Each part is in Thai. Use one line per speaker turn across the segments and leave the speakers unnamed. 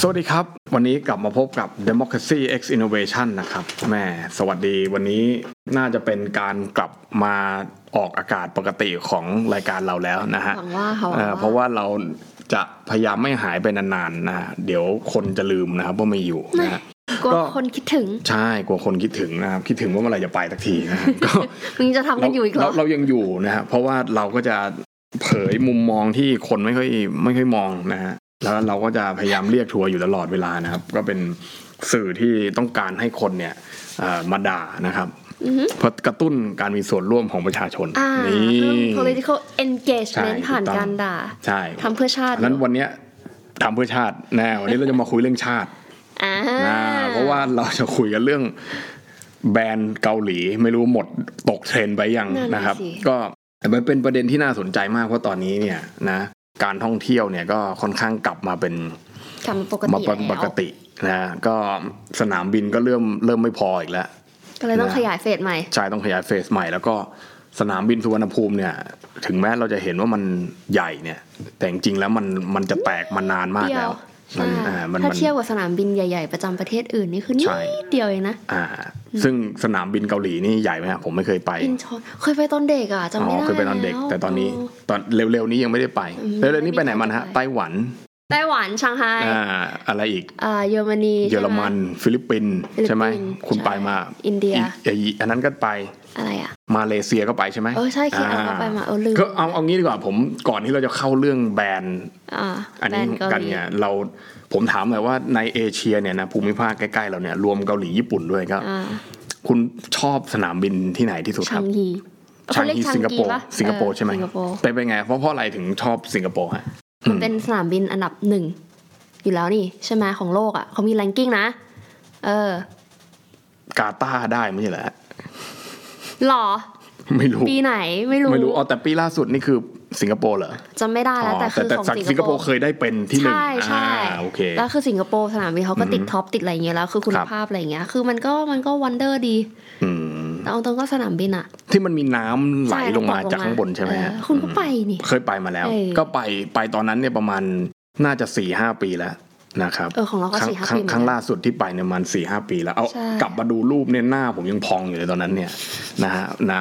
สวัสดีครับ วันนี้กลับมาพบกับ Democracy X Innovation นะครับแม่สวัสดีวันนี้น่าจะเป็นการกลับมาออกอากาศปกติของรายการเราแล้วนะฮะ
หวังว่าค่ะหวังว่า
เอ่อเพราะว่าเราจะพยายามไม่หายไปนานๆนะฮะเดี๋ยวคนจะลืมนะครับว่าไม่อยู่นะ ฮะ
กลัว
ก็
คนคิดถึง
ใช่กลัวคนคิดถึงนะครับคิดถึงว่าเมื่อไหร่จะไปสักทีนะ ฮะก็
มึงจะทำกันอยู่อีกเหร
เรา
อ
เรายังอยู่นะฮะเพราะว่าเราก็จะเผยมุมมองที่คนไม่ค่อยไม่ค่อยมองนะฮะแล้วเราก็จะพยายามเรียกทัวร์อยู่ตลอดเวลานะครับ ก็เป็นสื่อที่ต้องการให้คนเนี่ยเอ่อมาด่านะครับ
อือฮึ
เพื่อกระตุ้นการมีส่วนร่วมของประชาชน
อ่า
นี
เรื่อง
่
political
ใช่
engagement
ถูกต้อง
ผ่านการด่า
ใช่
ทำเพื่อชาติ
นั้นวันเนี้ยทำเพื่อชาติแน่วันนี้เราจะมาคุยเรื่องชาติ
อ่า
อ่าเพราะว่าเราจะคุยกันเรื่องแบรนด์เกาหลีไม่รู้หมดตกเทรนด์ไปยังนะครับ ก็แต่มันเป็นประเด็นที่น่าสนใจมากเพราะตอนนี้เนี่ยนะการท่องเที่ยวเนี่ยก็ค่อนข้างกลับมาเป็น
ทำปกติ
มาเป็น
แล้ว
ปกตินะก็สนามบินก็เริ่มเริ่มไม่พออีกแล้ว
ก็เลยต้อง
นะ
ขยายเฟสใหม่
ใช่ต้องขยายเฟสใหม่แล้วก็สนามบินสุวรรณภูมิเนี่ย ถึงแม้เราจะเห็นว่ามันใหญ่เนี่ย แต่จริงๆแล้วมันมันจะแตกมานานมาก
เดีย
แล้ว ว
ใช่
มันอ่ามัน
ถ้า
มัน
เทียบกับสนามบินใหญ่ๆ ประจำประเทศอื่นนี่คือนิ
ใช่
ดเดียวเองนะ
อ่าซึ่งสนามบินเกาหลีนี่ใหญ่ไหมฮะผมไม่เคยไป
อินชอนเคยไปตอนเด็กอ่ะจำ
อ๋
ไม่
อ
ได้
เคยไปตอนเด็ก
ล้ว
แต่ตอนนี้ตอนเร็วๆนี้ยังไม่ได้ไป
อืม
เร็วๆนี้ไปไหน
ไม่ได้
มันฮะ
ไป
ไต้หวัน
ไต้หวันชางไฮ
อ่าอะไรอีก
อ่าเยอรมนี
เยอร
ใช่ไห
มัน ฟิลิปปินส์
ฟิลิปปินส์
ใช่ไหมคุณ
ใช่
ไปมา
อินเดีย
กอีอันนั้นก็ไป
อะไรอ่ะ
มาเลเซียก็ไปใช่ไหม
เออใช่คิดเอาเข้าไปมาเออลืม
ก็เอาเอางี้ดีกว่าผมก่อนที่เราจะเข้าเรื่องแบรนด์
อ่า
อันนี้
แบรด์
กั
เกาน หลี
เนี่ยเราผมถามหน่อยว่าในเอเชียเนี่ยนะภูมิภาคใกล้ๆเราเนี่ยรวมเกาหลีญี่ปุ่นด้วยก็
อ่า
คุณชอบสนามบินที่ไหนที่สุดค
ชา
รับ
งฮี
ชาง
เขเรียก
ฮีสิงคโปร์
ชาปะ
สิงคโปร์ใช่ไหม
เออสิงคโปร์
เป็นไงเพราะเพราะอะไรถึงชอบสิงคโปร์ฮะ
มันเป็นสนามบินอันดับหนึ่งอยู่แล้วนี่ใช่ไหมของโลกอะ่ะเขามีแรงกิ้งนะ เออก
าตาร์ได้ไม่ใช่เหรอฮะ
หรอ
ไม่รู้
ปีไหนไม่รู้
ไม่รู้อ๋อแต่ปีล่าสุดนี่คือสิงคโปร์เหรอ
จำไม่ได้
อ๋
แล้ว
อ
แต่คือ
แต่
ของ
สักสิ
สิ
ง
ง
ค
ค
โป
โป
ร์
ร์
เคยได้เป็นที่หนึ่ง
ใช่ใช่
อ่าโอเค
แล้วคือสิงคโปร์สนามบินเขาก็ติด
อืม
ท็อปติดอะไรอย่างเงี้ยแล้วคือคุณภาพอะไรอย่างเงี้ยคือมันก็มันก็วันเดอร์ดี
อืม
แต่เอาตรงก็สนามบินอะ
ที่มันมีน้ำไหล
ใช่
ลงมา
ตก
จากข้างบนใช่ไหมฮะ
เออคุณก็ไปนี่
เคยไปมาแล้ว
เออ
ก็ไปไปตอนนั้นเนี่ยประมาณน่าจะสี่ห้าปีแล้วนะครับ
เออของเราก็
ครั้ง
สี่ห้า
ครั้
ปี
ง
เหมื
ค
อ
รั้
น
ง
กัน
ล่าสุดที่ไปเนี่ยประมันสี่ห้าปีแล้วเอา
ใช่
กลับมาดูรูปเนี่ยหน้าผมยังพองอยู่เลยตอนนั้นเนี่ยนะฮะนะ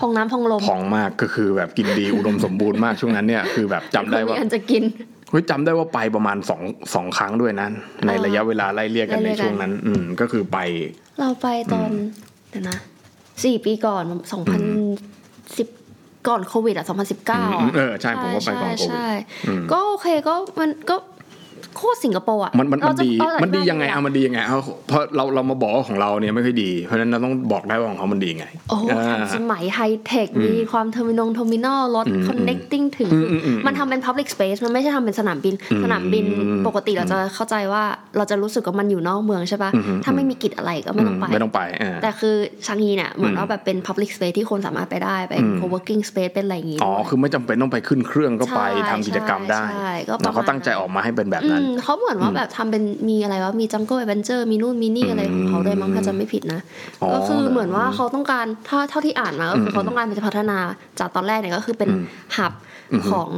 พองน้ำพองลม
พองมากก็คือแบบกินดีอุดมสมบูรณ์มากช่วงนั้นเนี่ยคือแบบจำได้ว่า
มีอันจะกิน
เฮ้ยจำได้ว่าไปประมาณสองสองครั้งด้วยนั้น ในระยะเวลาไล่เลี่ยกัน
ไล่
ใน
เลี่ยกัน
ช่วงนั้น อืมก็คือไป
เราไปตอนเดี๋ยวนะสี่ปีก่อนสองพันสิบก่อนโควิดอ่ะสองพันสิบเก้า
อืมเออใช่ผมก็ไปก่อนโควิด
ใช่ก็โอเคก็มันก็โคตรสิงคโปร์อ่ะ
มันมัน
เรา
มัน
จะ
ดี
เราจะ
มันดียังไง
ด้ห
เอามันดียังไงเอาเพราะเราเรามาบอกว่าของเราเนี่ยไม่ค่อยดี เพราะฉะนั้นเราต้องบอกได้ว่าของเขามันดียังไง
โอ้โห
า
ทันสมัยไฮเทค มีความเทอร์มินอลเทอร์มินอลรถ
อืม
connecting ถึง
อืมอืมอืม
มันทำเป็น public space มันไม่ใช่ทำเป็นสนามบิน
อืม
สนามบินปกติเราจะเข้าใจว่าเราจะรู้สึกว่ามันอยู่นอกเมืองใช่ป่ะ
อืมอืม
ถ้าไม่มีกิจอะไรก็ไม่ต้องไป
ไม่ต้องไปอ่า
แต่คือชางฮีเนี่ยเหมือน
อืม
ว่าแบบเป็น Public Space ที่คนสามารถไปได้ เป็น
อืม
co-working space เป็นอะไรอย่างงี้
อ๋อ
ด้วย
คือไม่จำเป็นต้องไปขึ้นเครื่องก็ไป
ใช่
ทำกิจกรรมได้
ใช่ก็ประมาณ
แล้วเขาตั้งใจออกมาให้เป็นแบบ
อื
นั้น
มเขาเหมือนว่าแบบทำเป็นมีอะไรว่ามีจังเกิล d v e n นเจอร์มีนู่นมีนี่อะไรของเขาด้วยมั้งถ้าจำไม่ผิดนะ
อ๋อ
ก็คือเหมือนว่าเขาต้องการถ้าเท่าที่อ่านมาก็คื
ม
อเขาต้องการจะพัฒนาจากตอนแรกเนี่ยก็คือเป็น
อืม
หับ
อืม
ของ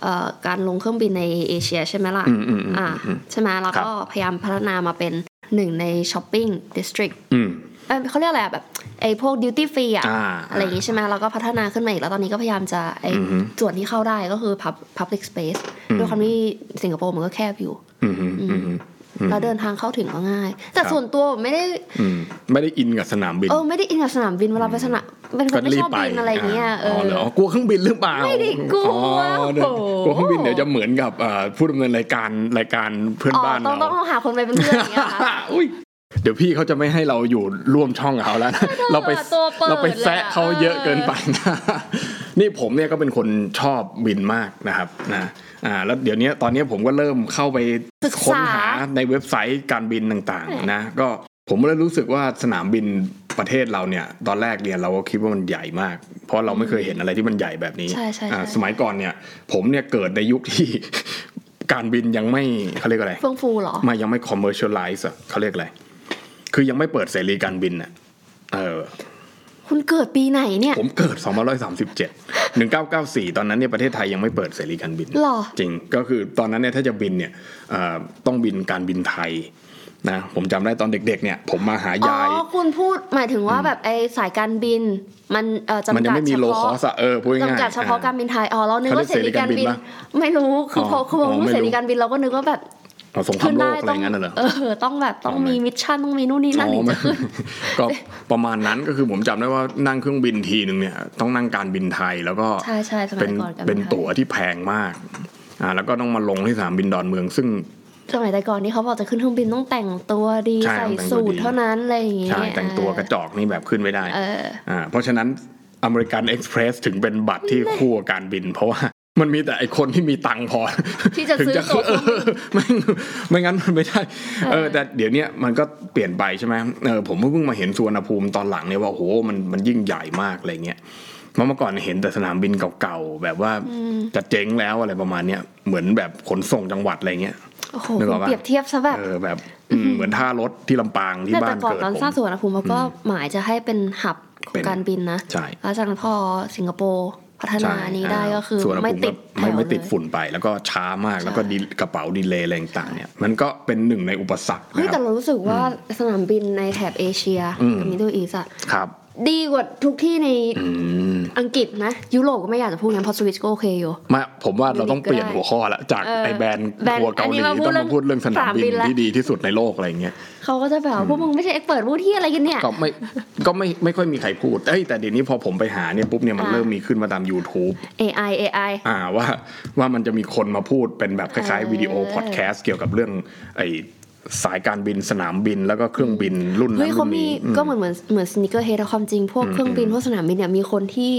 เอ่อการลงเครื่องบินในเอเชียใช่ไหมล่ะ
อืมอืมอืม
อ่า
อืม
ใช่ไหมแล้ว
ครับ
ก็พยายามพัฒนามาเป็นหนึ่งในช้อปปิ้งดิสตริก
อืม
เอ้ยเขาเรียกอะไรอะแบบไอ้พวกดิวตี้ฟรีอะ
อ่า
อะไรอย่างงี้ใช่ไหมเราก็พัฒนาขึ้นมาอีกแล้วตอนนี้ก็พยายามจะไอ้
อือฮึ
ส่วนที่เข้าได้ก็คือพับพับลิกสเปซ
อืม
ด้วยความที่สิงคโปร์มันก็แคบอยู่
อืมอืมอืมอืม
เราเดินทางเข้าถึงก็ง่าย แต่
ครับ
ส่วนตัวไม่ได้
อืมไม่ได้อินกับสนามบิน
เออไม่ได้อินกับสนามบินเวลาไปสนามเป็นคนไม่ชอบบินอะไรอย่างเงี้ยเออ
เหรอกลัวเครื่องบินหรือเปล่า
ไม่ได้กลัว
อ๋อเดี๋ยว
โอ้โห
กลัวเครื่องบินเดี๋ยวจะเหมือนกับเอ่อผู้ดำเนินรายการรายการเพื่อน
อ๋อ
บ้าน
ต้อ
เรา
งต้องหาคนไปเป็นเพื่อนอย่างเงี้ย ค่ะ
อุ้ยเดี๋ยวพี่เขาจะไม่ให้เราอยู่ร่วมช่องกับเขาแล้วนะเราไป
ตัว เปิด
เราไปแซะเขาเยอะ
เลยอะ
เกินไปนะ นี่ผมเนี่ยก็เป็นคนชอบบินมากนะครับนะอ่าแล้วเดี๋ยวนี้ตอนนี้ผมก็เริ่มเข้าไปค้นหาในเว็บไซต์การบินต่างๆนะก็ผมเลยรู้สึกว่าสนามบินประเทศเราเนี่ย ตอนแรกเนี่ยเราก็คิดว่ามันใหญ่มาก เพราะเราไม่เคยเห็นอะไรที่มันใหญ่แบบนี้
ใช่ใช่
อ่า
ใช่
สมัยก่อนเนี่ย ผมเนี่ยเกิดในยุคที่ การบินยังไม่เขาเรียกอะไร
เฟื่องฟูเหรอ
ไมายังไม่ commercialize อะเขาเรียกอะไร คือยังไม่เปิดเสรีการบินอ่ะ เออ
คุณเกิดปีไหนเนี่ย
ผมเกิด 2537 1994 ตอนนั้นเนี่ยประเทศไทยยังไม่เปิดเสรีการบิน
หรอ
จริง ก็คือตอนนั้นเนี่ยถ้าจะบินเนี่ยเอ่อต้องบินการบินไทยนะผมจำได้ตอนเด็กๆเนี่ยผมมาหา
อ๋อ
ยาย
คุณพูดหมายถึงว่าแบบไอสายการบิน มันเอ่อจำ
มันยัง
กัด
ไม่มี
เฉ
โลค
พาะ
อสอะเออพูดง่าย
จำกัดเฉพาะ
อ่
การบินไทย อ๋อ เรานึกว่าเส
เขาเรี
รี
ยก
การบิ
เสรี
น
การบิน
ไม่รู้ คืออพอเขาบอก
อ๋อไม่
ว่าเส
รู้
รีการบินเราก็นึกว่าแบบ
เอาสงครามโลกอะไรอย่างนั้นน่ะเหรอ
เออ ต้องแบบต้อง
อ๋อไม่
มีมิชชั่นต้องมีนู่นนี่นั่นถึง จะขึ้น
ก็ประมาณนั้นก็คือผมจำได้ว่านั่งเครื่องบินทีหนึ่งเนี่ยต้องนั่งการบินไทยแล้วก็
ใช่ใช่สมัย
เป็น
ก่อนการบินไทย
เป็นตั๋วที่แพงมากอ่าแล้วก็ต้องมาลงที่สนามบินดอนเมือง ซึ่ง
สมัยแต่ก่อนที่เขาบอกจะขึ้นเครื่องบินต้องแต่งตัวดี
ใช่
ใส่
ต้องแต่งตัว
สูท
ดี
เท่านั้นอะไรอย่างเงี้ย
ใช่แต่งตัวกระจอกนี่แบบขึ้นไม่ได้
เออ
อ่าเพราะฉะนั้นอเมริกันเอ็กซ์เพรสถึงเป็นบัตรที่คู่กับการบิน เพราะว่ามันมีแต่ไอคนที่มีตังค์พอ
ที่จะ
ถึง
ซื้อตั๋วเครื่องบิน
เออไม่ไม่งั้นมันไม่ได้เออแต่เดี๋ยวเนี้ยมันก็เปลี่ยนไปใช่ไหมเออผมเพิ่งมาเห็นสุวรรณภูมิตอนหลังเนี่ยว่าโอ้โหมันมันยิ่งใหญ่มากอะไรเงี้ยเพราะเมื่อก่อนเห็นแต่สนามบินเก่าๆแบบว่าจะเจ๊งแล้วอะไรประมาณเนี้ยเหมือนแบบขนส่งจังหวัดอะไรเงี้ย
โอ้โห
นึกออก
คุณ
ปะ
เปรียบเทียบซะแบบ
เออแบบอืมเหมือนท่ารถที่ลำปางที่
แต่
บ้า
แต่
น
ก่อน
เกิด
ตอน
ผม
สร้างสุวรรณภูมิเขาก็หมายจะให้เป็นหับข
เป็
อง
น
การบินนะ
ใช่
แล้วจากนั้นพอสิงคโปร์พัฒนา
ใช่
นี้ได้ก็คือ
ส่วน
ไม่
ผม
ติดแถ
ไม่
ว
ไม่ติด
เลย
ฝุ่นไป แล้วก็ช้ามากแล้วก็
ใช่
ดีกระเป๋าดีเลย์อะไรต่างๆเนี่ยมันก็เป็นหนึ่งในอุปสรรค
เฮ้ย
นะค
แต่
รับ
เรารู้สึกว่าสนามบินในแถบเอเชีย
อืม
กับมิดเดิลอีสอะ
ครับ
ดีกว่าทุกที่ใน
อืม
อังกฤษนะ ยุโรปก็ไม่อยากจะพูดงั้นเพราะสวิสก็โอเคอยู่
มาผมว่าเราต้อง
ดูดีก็
เปลี่ยนหัวข้อละจาก
เออ
ไอแบรนด์
แบรนด์
ทัวร์เกาหลี
อันนี้
ต้อง
มา
มา
พู
พูด
ดเรื่
เรื่อง
อง
สนามบิน
สนามบินละ
ที่ดีที่สุดในโลกอะไรอย่างเงี้ย
เขาก็จะแบบว่าพวกมึงไม่ใช่เอ็กเปิดพูดที่อะไรกันเนี่ย
ก็ไม่ก็ไม่ไม่ค่อยมีใครพูดเอ้ยแต่เดี๋ยวนี้พอผมไปหาเนี่ยปุ๊บเนี่ยมัน
อ่า
เริ่มมีขึ้นมาตาม YouTube
AI AI
อ่าว่าว่ามันจะมีคนมาพูดเป็นแบบคล้าย
เอ
ๆ
อ
วิดีโอพอดแคสต์เกี่ยวกับเรื่องไอสายการบินสนามบินแล้วก็เครื่องบินรุ่นนั้
เฮ้ย
น
เขา
รุ่น
มี
นี้อืม
ก็เหมือนเหมือนเหมือนสนิเกอร์เฮดความจริงพวกเครื่องบินพวกสนามบินเนี่ยมีคนที่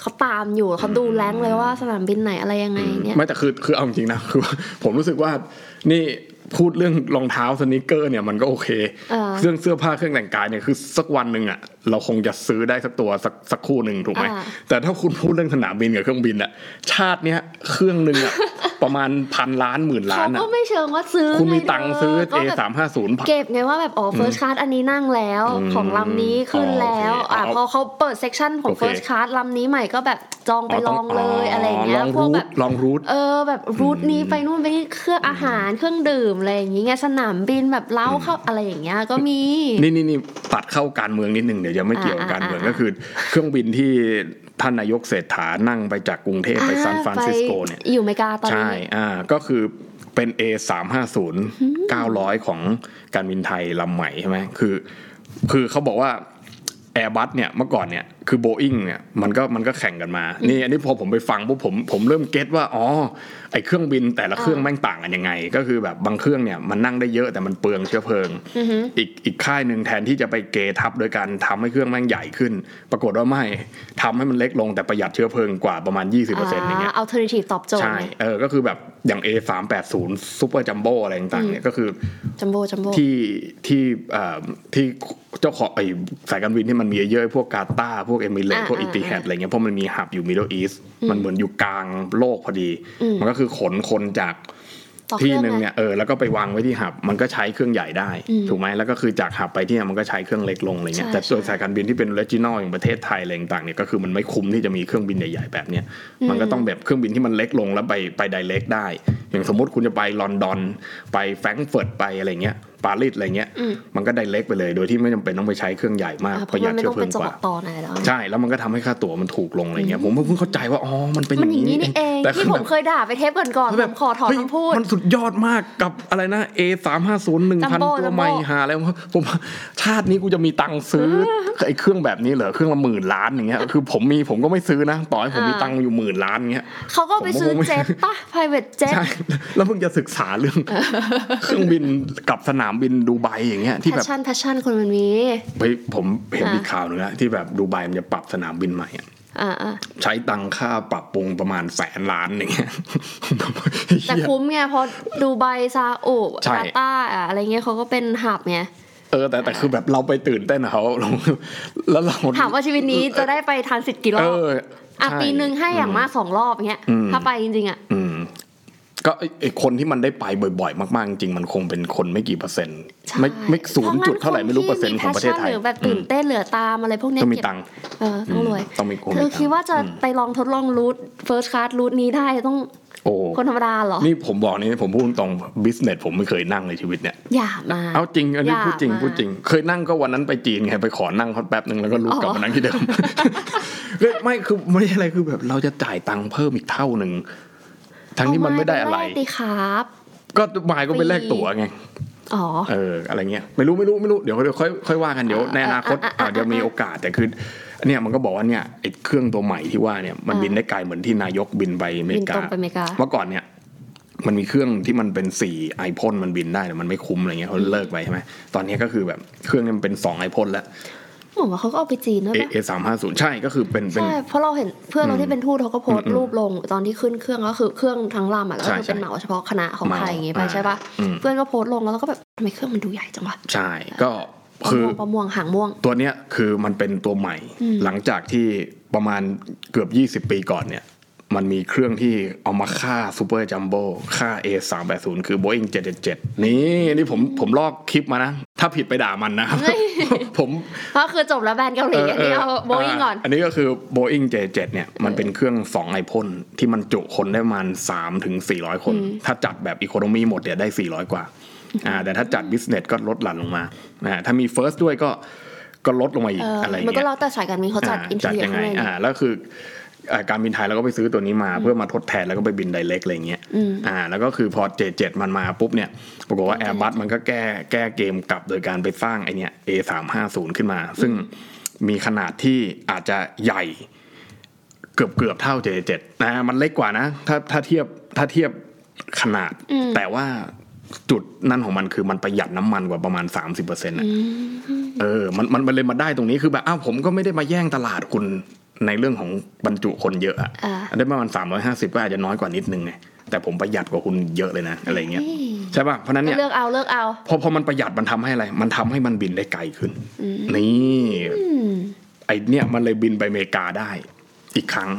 เขาตามอยู่เขาดูแรงเลยว่าสนามบินไหนอะไรยังไงเนี่ย
ไม่แต่คือคือเอาจริงๆนะ คือ ผมรู้สึกว่านี่พูดเรื่องรองเท้าสนิเกอร์เนี่ยมันก็โอเค
เออ
เรื่องเสื้อผ้าเครื่องแต่งกายเนี่ยคือสักวันหนึ่งอะเราคงจะซื้อได้สักตัวสักสักคู่หนึ่งถูกไหม
อ่า
แต่ถ้าคุณพูดเรื่องสนามบินกับเครื่องบินอะชาติเนี้ยเครื่องหนึ่ง อะ ประมาณพันล้านหมื่นล้า
เขา
นอะ
ก็ไม่เชิงว่าซื้อ
คุณมี
ไ
ตังค์ซื้อ
ก็
A
แบบ
สามห้าศูนย์
เก็บไงว่าแบบอ๋อเฟิร์สคลาสอันนี้นั่งแล้ว
อืม
ของลำนี้ขึ้นแล้ว
อ๋อโอเคเอา
อ่ะพอเขาเปิดเซกชันของ
โอเค
เฟิร์สคลาสลำนี้ใหม่ก็แบบจองไปลองเลยอะไรอย่างเงี้ย
ลอง
พวก
รู
แบ
ท
บ
ลองรูท
เออแบบรูทนี้ไปนู่นไปนี่เครื่องอาหารเครื่องดื่มอะไรอย่างเงี้ยสนามบินแบบเล้าเข้าอะไรอย่างเงี้ยก็มี
นี่นี่นี่ตัดเข้าการเมืองนิดนึงเดี๋ยวจะไม่เกี่ยวกับ
อ่า
การเมือง
อ่า
ก็คือ เครื่องบินที่ท่านนายกเศรษฐานั่งไปจากกรุงเทพไปซานฟรานซิสโกเนี่ย
าไปอยู่อเมริกาตอน
ใช่
นี้
อ่าก็คือเป็น A 3 5 0 900 ของการบินไทยลำใหม่ใช่ไหมคือ คือเขาบอกว่า Airbus เนี่ยเมื่อก่อนเนี่ยคือ Boeing เนี่ยมันก็มันก็แข่งกันมา นี่อันนี้พอผมไปฟังปุ๊บผมผมเริ่มเก็ตว่าอ๋อไอเครื่องบินแต่ละเครื่อง
อ่า
แม่งต่างกันยังไง ก็คือแบบบางเครื่องเนี่ยมันนั่งได้เยอะแต่มันเปลืองเชื้อเพลิง
อือฮึ
อีกอีกค่ายหนึ่งแทนที่จะไปเกทับโดยการทำให้เครื่องแม่งใหญ่ขึ้น ปรากฏว่าไม่ทำให้มันเล็กลงแต่ประหยัดเชื้อเพลิงกว่าประมาณ 20%อย่างเงี้ย
alternative ตอบโจทย์
ใช่เออก็คือแบบอย่าง A 3 8 0 Super Jumbo อะไรต่างๆเนี่ยก็คือ
จัมโบจัมโบ
ที่ที่เอ่อที่เจ้าของไอสายการบินที่มันมีเยอะๆพวกกาตาร์พวกเอมิเรต
อ่า
พวกอิ
อ่า
ติฮัดอะไรเงี้ยเพราะมันมีหับอยู่ Middle East มันเหมือนอยู่กลางโลกพอดี
อืม
มันก็คือขนคนจาก
ต่อเค
ที่
รื่อง
หนึ่ง
นะ
เนี่ยเออแล้วก็ไปวางไว้ที่หับมันก็ใช้เครื่องใหญ่ได้
อืม
ถูกไหมแล้วก็คือจากหับไปที่เนี่ยมันก็ใช้เครื่องเล็กลงอะไรเงี้ย
ใช่
แต่ส่วน
ใช่
สายการบินที่เป็น regional อย่างประเทศไทยอะไรต่างๆเนี่ยก็คือมันไม่คุ้มที่จะมีเครื่องบินใหญ่ๆแบบเนี้ย
อืม
มันก็ต้องแบบเครื่องบินที่มันเล็กลงแล้วไปไป direct ได้ อย่างสมมติคุณจะไปลอนดอนไปแฟรงก์เฟิร์ตไปอะไรเงี้ยปารีสอะไรเงี้ย
อืม
มันก็ direct ไปเลย โดยที่ไม่จำเป็นต้องไปใช้เครื่องใหญ่มาก
อ่าเพ
ประ
ราะ
หยั
มั
ด
นไม่
เชื้อ
ต้อง
เพลิ
เป็น
ง
เฉ
กว่า
พาะตอนอะไรแล้ว
ใช่แล้วมันก็ทำให้ค่าตั๋วมันถูกลงอะไรเงี้ยผมเพิ่งเข้าใจว่าอ๋อมันเป็นอ
มัน
ย่าง
อย่างนี้
นี้
นี่เองที่ผมเคยด่าไปเทปก่อนๆผมขอถอน
เฮ้ย
คำพูด
มันสุดยอดมากกับอะไรนะ A 3 5 0
จัมโบ้
1,000 ตัวใหม่
จัมโบ้
หาแล้วะผมว่าชาตินี้กูจะมีตังค์ซื้อไอ้เครื่องแบบนี้เหรอเครื่องละหมื่นล้านอย่างเงี้ยคือผมมีผมก็ไม่ซื้อนะ ต่อให้ผมมีตังค์อยู่หมื่นล้านอย่างเงี้ย
เขาก็ไปซื้อ
ผมว่าผม
เจ็ตปะ private jet
ใช่ แล้วมึงจะศึกษาเรื่อง เครื่องบินกับสนามบินดูไบอย่างเงี้ยที่แบบ
passion passion คนมันมี
เฮ้ยผมเห็นอีกข่าวหนึงแล้วที่แบบดูไบมันจะปรับสนามบินใหม่อะ
อ่าอ่า
ใช้ตังค่าปรับปรุงประมาณแสนล้านอย่างเงี้ย
แต่คุ้มไงเพอดูไบซาอุ
ใช่
กาตาร์อะอะไรเงี้ยเขาก็เป็นหับไง
เออแต่แต่คือแบบเราไปตื่นเต้นกับเขา เราแล้วเรา
ถามว่าชีวิตนี้จะได้ไปทานสิทธิ์กี่ร
เอ
อบ
อ
อ่ะ
ใช่
ปีหนึ่งให้อย่างมากสองรอบเงี้ย
อืม
ถ้าไปจริงๆอ่ะ
อืม ก็ไอ้ไอ้คนที่มันได้ไปบ่อยๆ มากๆ จริงๆมันคงเป็นคนไม่กี่เปอร์เซ็นต์
ใช่
ไม่ไม่ศูนย์
พะ
จุดเท่าไหร่ไม่รู้
ค
เปอร์เซ็นต์ของประเทศไท
มี
ย
passion หรือแบบตื่นเต้นเหลือตามอะไรพวก
อืม
เนี้ย
ต้องมี
เก็บ
ตังค์
เออต้องรวย
ต้องมีคน
เธอคิดว่าจะ
อืม
ไปลองทดลองรูทเฟิร์สคลาสรูทนี้ได้ต้อง
โอ้
คนธรรมดาเหรอ
นี่ผมบอกนี่ผมพูดตรงบิสเนสผมไม่เคยนั่งในชีวิตเนี่ย
อย่ามา
เอาจริง อันนี้
อยาก
พูดจริง
มา
พูดจริง เคยนั่งก็วันนั้นไปจีนไงไปขอนั่งเขาแป๊บหนึ่งแล้วก็ลุก
อ๋อ
กลับมานั่งที่เดิม เฮ้ยไม่คือไม่ใช่อะไรคือแบบเราจะจ่ายตังค์เพิ่มอีกเท่าหนึ่งทั้งที่มันไม่ได้อะไร
เาาปแลกดีครับ
ก็หมายก็ไปแลกตั๋วไง
อ๋อ
เอออะไรเงี้ยไม่รู้ไม่รู้ไม่รู้เดี๋ยวเดี๋ยวค่อยค่อยว่ากันเดี๋ยว
อ่า
ในอนาคต
อ่าอ่า
อาจจะมีโอกาสแต่คือเนี่ยมันก็บอกว่าเนี่ยไอ้เครื่องตัวใหม่ที่ว่าเนี่ยมัน
อ่า
บินได้ไกลเหมือนที่นายกบินไปอเมริกา
บินตรงไปอเมริกา
เมื่อก่อนเนี่ยมันมีเครื่องที่มันเป็นสี่ไอพ่นมันบินได้แต่มันไม่คุ้มอะไรเงี้ยเขาเลิกไปใช่ไหมตอนนี้ก็คือแบบเครื่องเนี่ยมันเป็นสองไอพ่นแล้ว
เหมือนว่าเขาก็เอาไปจีนด้วย
เอ
ปะ
เอสามห้าศูนย์ใช่ก็คือเป็นเป็น
ใช่ เพราะเราเห็นเพื่อนเราที่เป็นทูตเขาก็โพส
อื
ต์
ม
รูปลงตอนที่ขึ้นเครื่องก็คือเครื่องทั้งลำอ่ะแล้วก็คือ
ใช่
เป็นเหมาเฉพาะคณะของ
เหมา
ใครอย่างงี้ไป
อ่า
ใช่ปะ
อืม
เพื่อนก็โพสต์ลงแล้วเราก็แบบทำไมเครื่องมันดูใหญ่จังวะ
ใช่ก็
ปลา
คือ
ม่วงปลาม่วงหางม่วง
ตัวเนี้ยคือมันเป็นตัวใหม่
อืม
หลังจากที่ประมาณเกือบ 20 ปีก่อนเนี่ย มันมีเครื่องที่เอามาฆ่าซูเปอร์จัมโบ้ฆ่า A380 คือ Boeing 777 นี่นี่ผมผมลอกคลิปมานะ ถ้าผิดไปด่ามันนะครับ ผม
เพราะคือจบแล้วแบรนด์เกาหลีอันนี้เอาโบอิงก่อน
าอันนี้ก็คือ Boeing 777 เนี่ย มันเป็นเครื่อง 2 ไอพ่นที่มันจุคนได้ประมาณ3ถึง400 คน ถ้าจัดแบบอีโคโนมีหมดเนี่ยได้ 400 กว่าอ่า แต่ถ้าจัดบิสเนสก็ลดหลั่นลงมาอ่าถ้ามี First ด้วยก็ก็ลดลงมาอี
เอก อ
อะไรอย่าง
มันก็
เงี้ย
แล้วแต่สายการบินเขาจัดอินเทอร์เน็ต
ยัง
ข้าง
ไง
ใน
อ่าแล้วคืออ่าการบินไทยเราก็ไปซื้อตัวนี้มาเพื่อมาทดแทนแล้วก็ไปบินไดเรกอะไรอย่างเงี้ยอ่าแล้วก็คือพอ J7 มันมาปุ๊บเนี่ยปรากฏว่า Airbus มันก็แก้แก้เกมกลับโดยการไปสร้างไอเนี้ย A350 ขึ้นมา ซึ่งมีขนาดที่อาจจะใหญ่เกือบเกือบเท่า J7 นะมันเล็กกว่านะ ถ้าถ้าเทียบถ้าเทียบขนาด แต่ว่าจุดนั่นของมันคือมันประหยัดน้ำมันกว่าประมาณ 30%อะ เออ มัน มันมันเลยมาได้ตรงนี้ คือแบบ อ้าว ผมก็ไม่ได้มาแย่งตลาดคุณในเรื่องของบรรจุคนเยอะอะ
อ่า
ได้ประมาณ 350 ก็อาจจะน้อยกว่านิดนึงไง แต่ผมประหยัดกว่าคุณเยอะเลยนะ อะไรเงี้ย ใช่ป่ะ เพราะฉะนั้นเนี่ย
เลือกเอาเลือกเอา
พอ พอมันประหยัด มันทำให้อะไร มันทำให้มันบินได้ไกลขึ้น นี่
อืม
ไอเนี่ย มันเลยบินไปอเมริกาได้ อีกครั้ง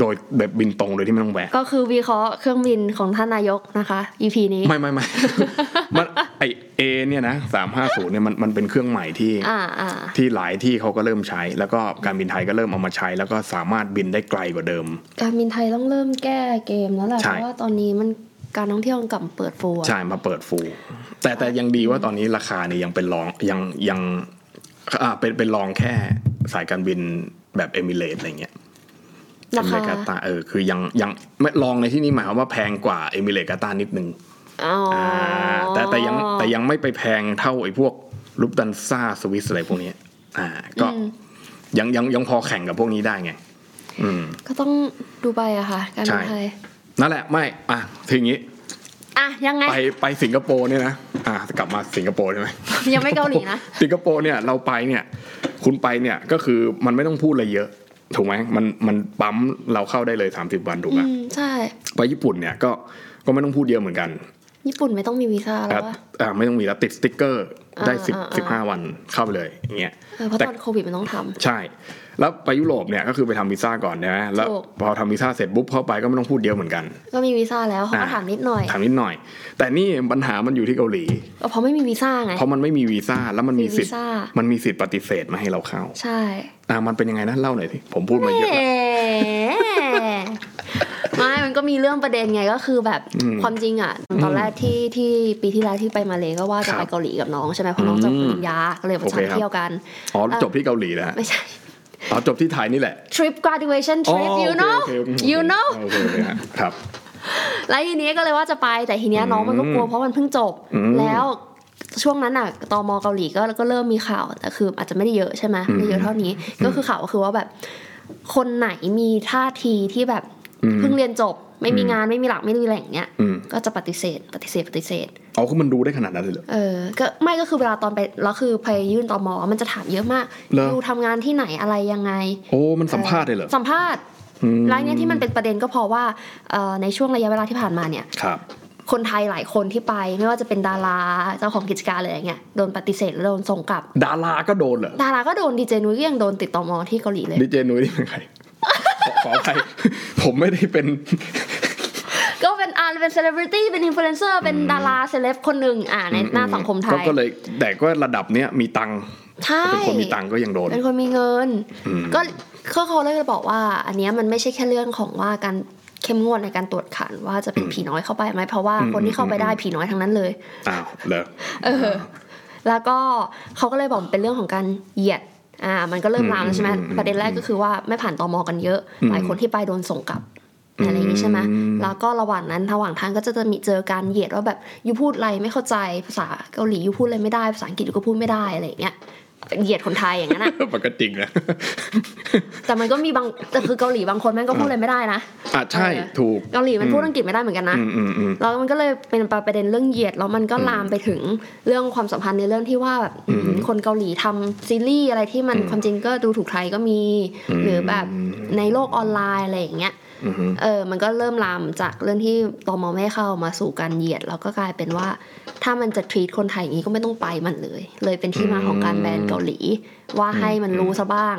โดยแบบบินตรงโดยที่ไม่ต้องแวะ
ก็คือวิเคราะห์เครื่องบินของท่านนายกนะคะ EP นี้
ไม่ไม่ไม่ มันไอเอเนี่ยนะสามห้าศูนย์เนี่ย มัน มันเป็นเครื่องใหม่ที่
อ่าอ่า
ที่หลายที่เขาก็เริ่มใช้ แล้วก็การบินไทยก็เริ่มเอามาใช้ แล้วก็สามารถบินได้ไกลกว่าเดิม
การบินไทยต้องเริ่มแก้เกมแล้วแหละ
ใช่
เพราะว่าตอนนี้มันการท่องเที่ยวมันกลับเปิดฟูลอะ
ใช่มาเปิดฟูลแต่แต่ยังดีว่าตอนนี้ราคาเนี่ยยังเป็นรองยังยังอ่าเป็นเป็นรองแค่สายการบินแบบเอมิเรตอะไรเงี้ย
ราคา
เอมิเรตกาตาร์เออคือยังยังไม่รองในที่นี้หมายความว่าแพงกว่าเอมิเรตกาตาร์นิดนึง
อ๋ออ
แต่แต่ยังแต่ยังไม่ไปแพงเท่าไอ้พวกลุปตันซ่าสวิสอะไรพวกเนี้ยอ่า ก็
อืม
ยังยังยังพอแข่งกับพวกนี้ได้ไง อืม
ก็ต้องดูไปอะค่ะ การบินไทย
นั่นแหละไม่อ่ะทีนี้
อ่ะ ยังไง
ไปไปสิงคโปร์เนี่ยนะอ่ะกลับมาสิงคโปร์ใช่ไหม
ยังไม่เกาหลีนะ
สิงคโปร์เนี่ยเราไปเนี่ย คุณไปเนี่ยก็คือมันไม่ต้องพูดอะไรเยอะ ถูกไหมมันมันปั๊มเราเข้าได้เลย 30 วันถูกไหม
อืม ใช่
ไปญี่ปุ่นเนี่ยก็ก็ไม่ต้องพูดเยอะเหมือนกัน
ญี่ปุ่นไม่ต้องมีวีซ่าแล้ว
อ่ะ
อะ
อ่ะไม่ต้องมีแล้วติดสติ๊กเกอร์ได้
อ่า
สิบ
อ่า
สิบห้าวันเข้าไปเลยอย่างเงี้ย
เออเพราะ
แต่
ตอนโควิดมันต้องทำ
ใช่ แล้วไปยุโรปเนี่ยก็คือไปทำวีซ่าก่อนใช่ไหมแล้ว
ถูก
พอทำวีซ่าเสร็จปุ๊บเข้าไปก็ไม่ต้องพูดเยอะเหมือนกัน
ก็มีวีซ่าแล้วเขาก็
อ่า
ถามนิดหน่อย
ถามนิดหน่อย แต่นี่ปัญหามันอยู่ที่เกาหลี
ก็เพราะไม่มีวีซ่าไง
เพราะมันไม่มีวีซ่าแล้วมันมีสิทธิ์
มีวีซ่า
มันมีสิทธิ์ปฏิเสธไมาให้เราเข้า
ใช่
อ่ามันเป็นยังไงนะเล่าหน่อยสิผมพูดมาเยอะ
แห
แล้ว
มไม่มันก็มีเรื่องประเด็นไงก็คือแบบ
อืม
ความจริงอ่ะ ตอนแรกที่ที่ปีที่แล้วที่ไปมาเลก็ว่า
ค
จะ
รับ
ไปเกาหลีกับน้องใช่ไหมเพราะน้องจบปริญญาก็เลย
โอ
ว่า
เคครับ
จะเที่ยวกัน
อ๋อจบที่เกาหลีนะฮะ
ไม่ใช่
อ๋อจบที่ไทยนี่แหละ
trip graduation
อ๋อ
trip you know
โอเคโอเค
you know
โอเคโอเคฮะครับ
แล้วทีนี้ก็เลยว่าจะไปแต่ทีเนี้ยน้องมันก็กลัวเพราะมันเพิ่งจบ
อืม
แล้วช่วงนั้นอ่ะตมเกาหลีก็ก็เริ่มมีข่าวแต่คืออาจจะไม่ได้เยอะใช่ไหม
อืม
ไม่เยอะเท่านี้ ก็คือข่าวก็คือว่าแบบ คนไหนมีท่าทีที่แบบเพิ่งเรียนจบ ไม่มีงานไม่มีหลักไม่มีแหล่งเนี้ย
อืม
ก็จะปฏิเสธ ปฏิเสธปฏิเสธ
เอาคือมันดูได้ขนาดนั้นเลยเหรอ
เออก็ไม่ก็คือเวลาตอนไปแล้วคือไปยื่นตมมันจะถามเยอะมาก
เหรอ
ยูทำงานที่ไหนอะไรยังไง
โอ้มันสัมภาษณ์เลยเหรอ
สัมภาษณ์
อืม
แล้วเนี่ยที่มันเป็นประเด็นก็เพราะว่าเอ่อในช่วงระยะเวลาที่ผ่านมาเนี่ย
ครับ
คนไทยหลายคนที่ไปไม่ว่าจะเป็นดาราเจ้าของกิจการอะไรอย่างเงี้ยโดนปฏิเสธแล้วโดนส่งกลับ
ดาราก็โดนเหรอ
ดาราก็โดนดีเจนุ้ยก็ยังโดนติดต่อมอที่เกาหลีเลย
ดิเจนุ้ยนี่เป็นใครขอขออภัยผมไม่ได้เป็น
ก็เป็นอา เป็นเซเลบริตี้เป็นอินฟลูเอนเซอร์เป็นดาราเซเลบคนหนึ่งอ่าในหน้าสังคมไท
ก็
ย
ก็เลยแต่ก็ระดับเนี้ยมีตังค์
ใช่
เป็นคนมีตังค์ก็ยังโดน
เป็นคนมีเงิน
อืม
ก็ก็เขาเลยบอกว่า อันเนี้ยมันไม่ใช่แค่เรื่องของว่าการเข้มงวดในการตรวจขันว่าจะเป็นผีน้อยเข้าไปไหมเพราะว่า
อืม
คนที่เข้าไป
อืม
ได้ผีน้อยทั้งนั้นเลย
อ้าวเหรอ
เออ แล้วก็เขาก็เลยบอกเป็นเรื่องของการเหยียด อ่า มันก็เริ่มลามแล้วใช่ไหม
อืมอืมอืม
ประเด็นแรกก็คือว่าไม่ผ่านตมกันเยอะ
อืม
หลายคนที่ไปโดนส่งกลับอะไรอย่างนี้ใช่ไหม
อืม
แล้วก็ระหว่างนั้นระหว่างทางก็จะมีเจอการเหยียดว่าแบบยูพูดอะไรไม่เข้าใจภาษาเกาหลียูพูดอะไรไม่ได้ภาษาอังกฤษยูก็พูดไม่ได้อะไรอย่างเงี้ยเหยียดคนไทยอย่างนั้นอะ
มันก็จริงนะ
แต่มันก็มีบางแต่คือเกาหลีบางคนแม่งก็พูดอะไรไม่ได้นะ
อ่ะใช่
เออ
ถูก
เกาหลีมัน
อืม
พูดอังกฤษไม่ได้เหมือนกันนะ
อืมอืมอืม
แล้วมันก็เลยเป็นประเด็นเรื่องเหยียดแล้วมันก็ลามไปถึงเรื่องความสัมพันธ์ในเรื่องที่ว่าแบบ
อืม
คนเกาหลีทำซีรีส์อะไรที่มัน
อืม
ความจริงก็ดูถูกใครก็มี
อืม
หรือแบบในโลกออนไลน์อะไรอย่างเงี้ย
อืมอืม
เออมันก็เริ่มลามจากเรื่องที่ตอมไม่ให้เข้ามาสู่การเหยียด แล้วก็กลายเป็นว่า ถ้ามันจะ treat คนไทยอย่างนี้ก็ไม่ต้องไปมันเลย เลยเป็นที่มาของการแบนเกาหลี ว่าให้มันรู้ซะบ้าง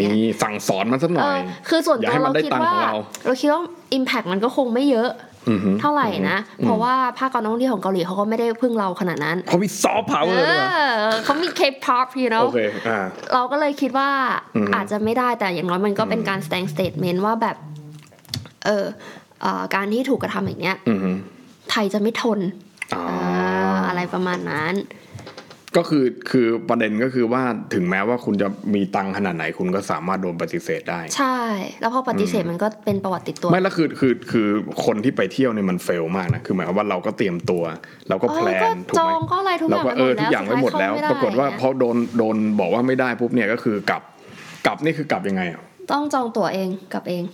นี่สั่งสอนมันสักหน่
เอ
อย
อคือส่วน
อย่า
ตัว
ให้มั
เรา
นได้
คิด
ตังค์
ว่า
ของเรา
เราคิดว่า impact มันก็คงไม่เยอะ
อหือ
เท่าไหร่นะ เพราะว่าภาคการท่องเที่ยวของเกาหลีเขาก็ไม่ได้พึ่งเราขนาดนั้น
เขามีซอฟต์พาวเวอ
เอ
ร์ด้วย
อเขามี K-pop you
เหรอ
know
โอเคอ่า
เราก็เลยคิดว่า
อืม
อาจจะไม่ได้แต่อย่างน้อยมันก็เป็นการแสดง statement ว่าแบบ เออเอ่อการที่ถูกกระทำอย่างเนี้ย
อือหือ
ไทยจะไม่ทน
อ๋อ
อ
อ
าอะไรประมาณนั้น
ก็คือคือประเด็นก็คือว่าถึงแม้ว่าคุณจะมีตังค์ขนาดไหนคุณก็สามารถโดนปฏิเสธได้
ใช่ แล้วพอปฏิเสธมันก็เป็นประวัติติดตัว
ไม่และคือคือคือคนที่ไปเที่ยวเนี่ยมันเฟลมากนะคือหมายความว่าเราก็เตรียมตัว เราก็
เอ
แพล
อก็
นถูก
จ
ไห
อ
ม
งก็อะไรทุกอ
เรา
ย่าง
ก็เออทุกอย่าง
ไป
ไว้หมดแล้ว
สุท้ยเข้
ป
ไไ
รากฏว่าพอโดนโดนบอกว่าไม่ได้ปุ๊บเนี่ยก็คือกลับกลับนี่คือกลับยังไงอ่ะ
ต้องจองตั๋วเองกลับเอง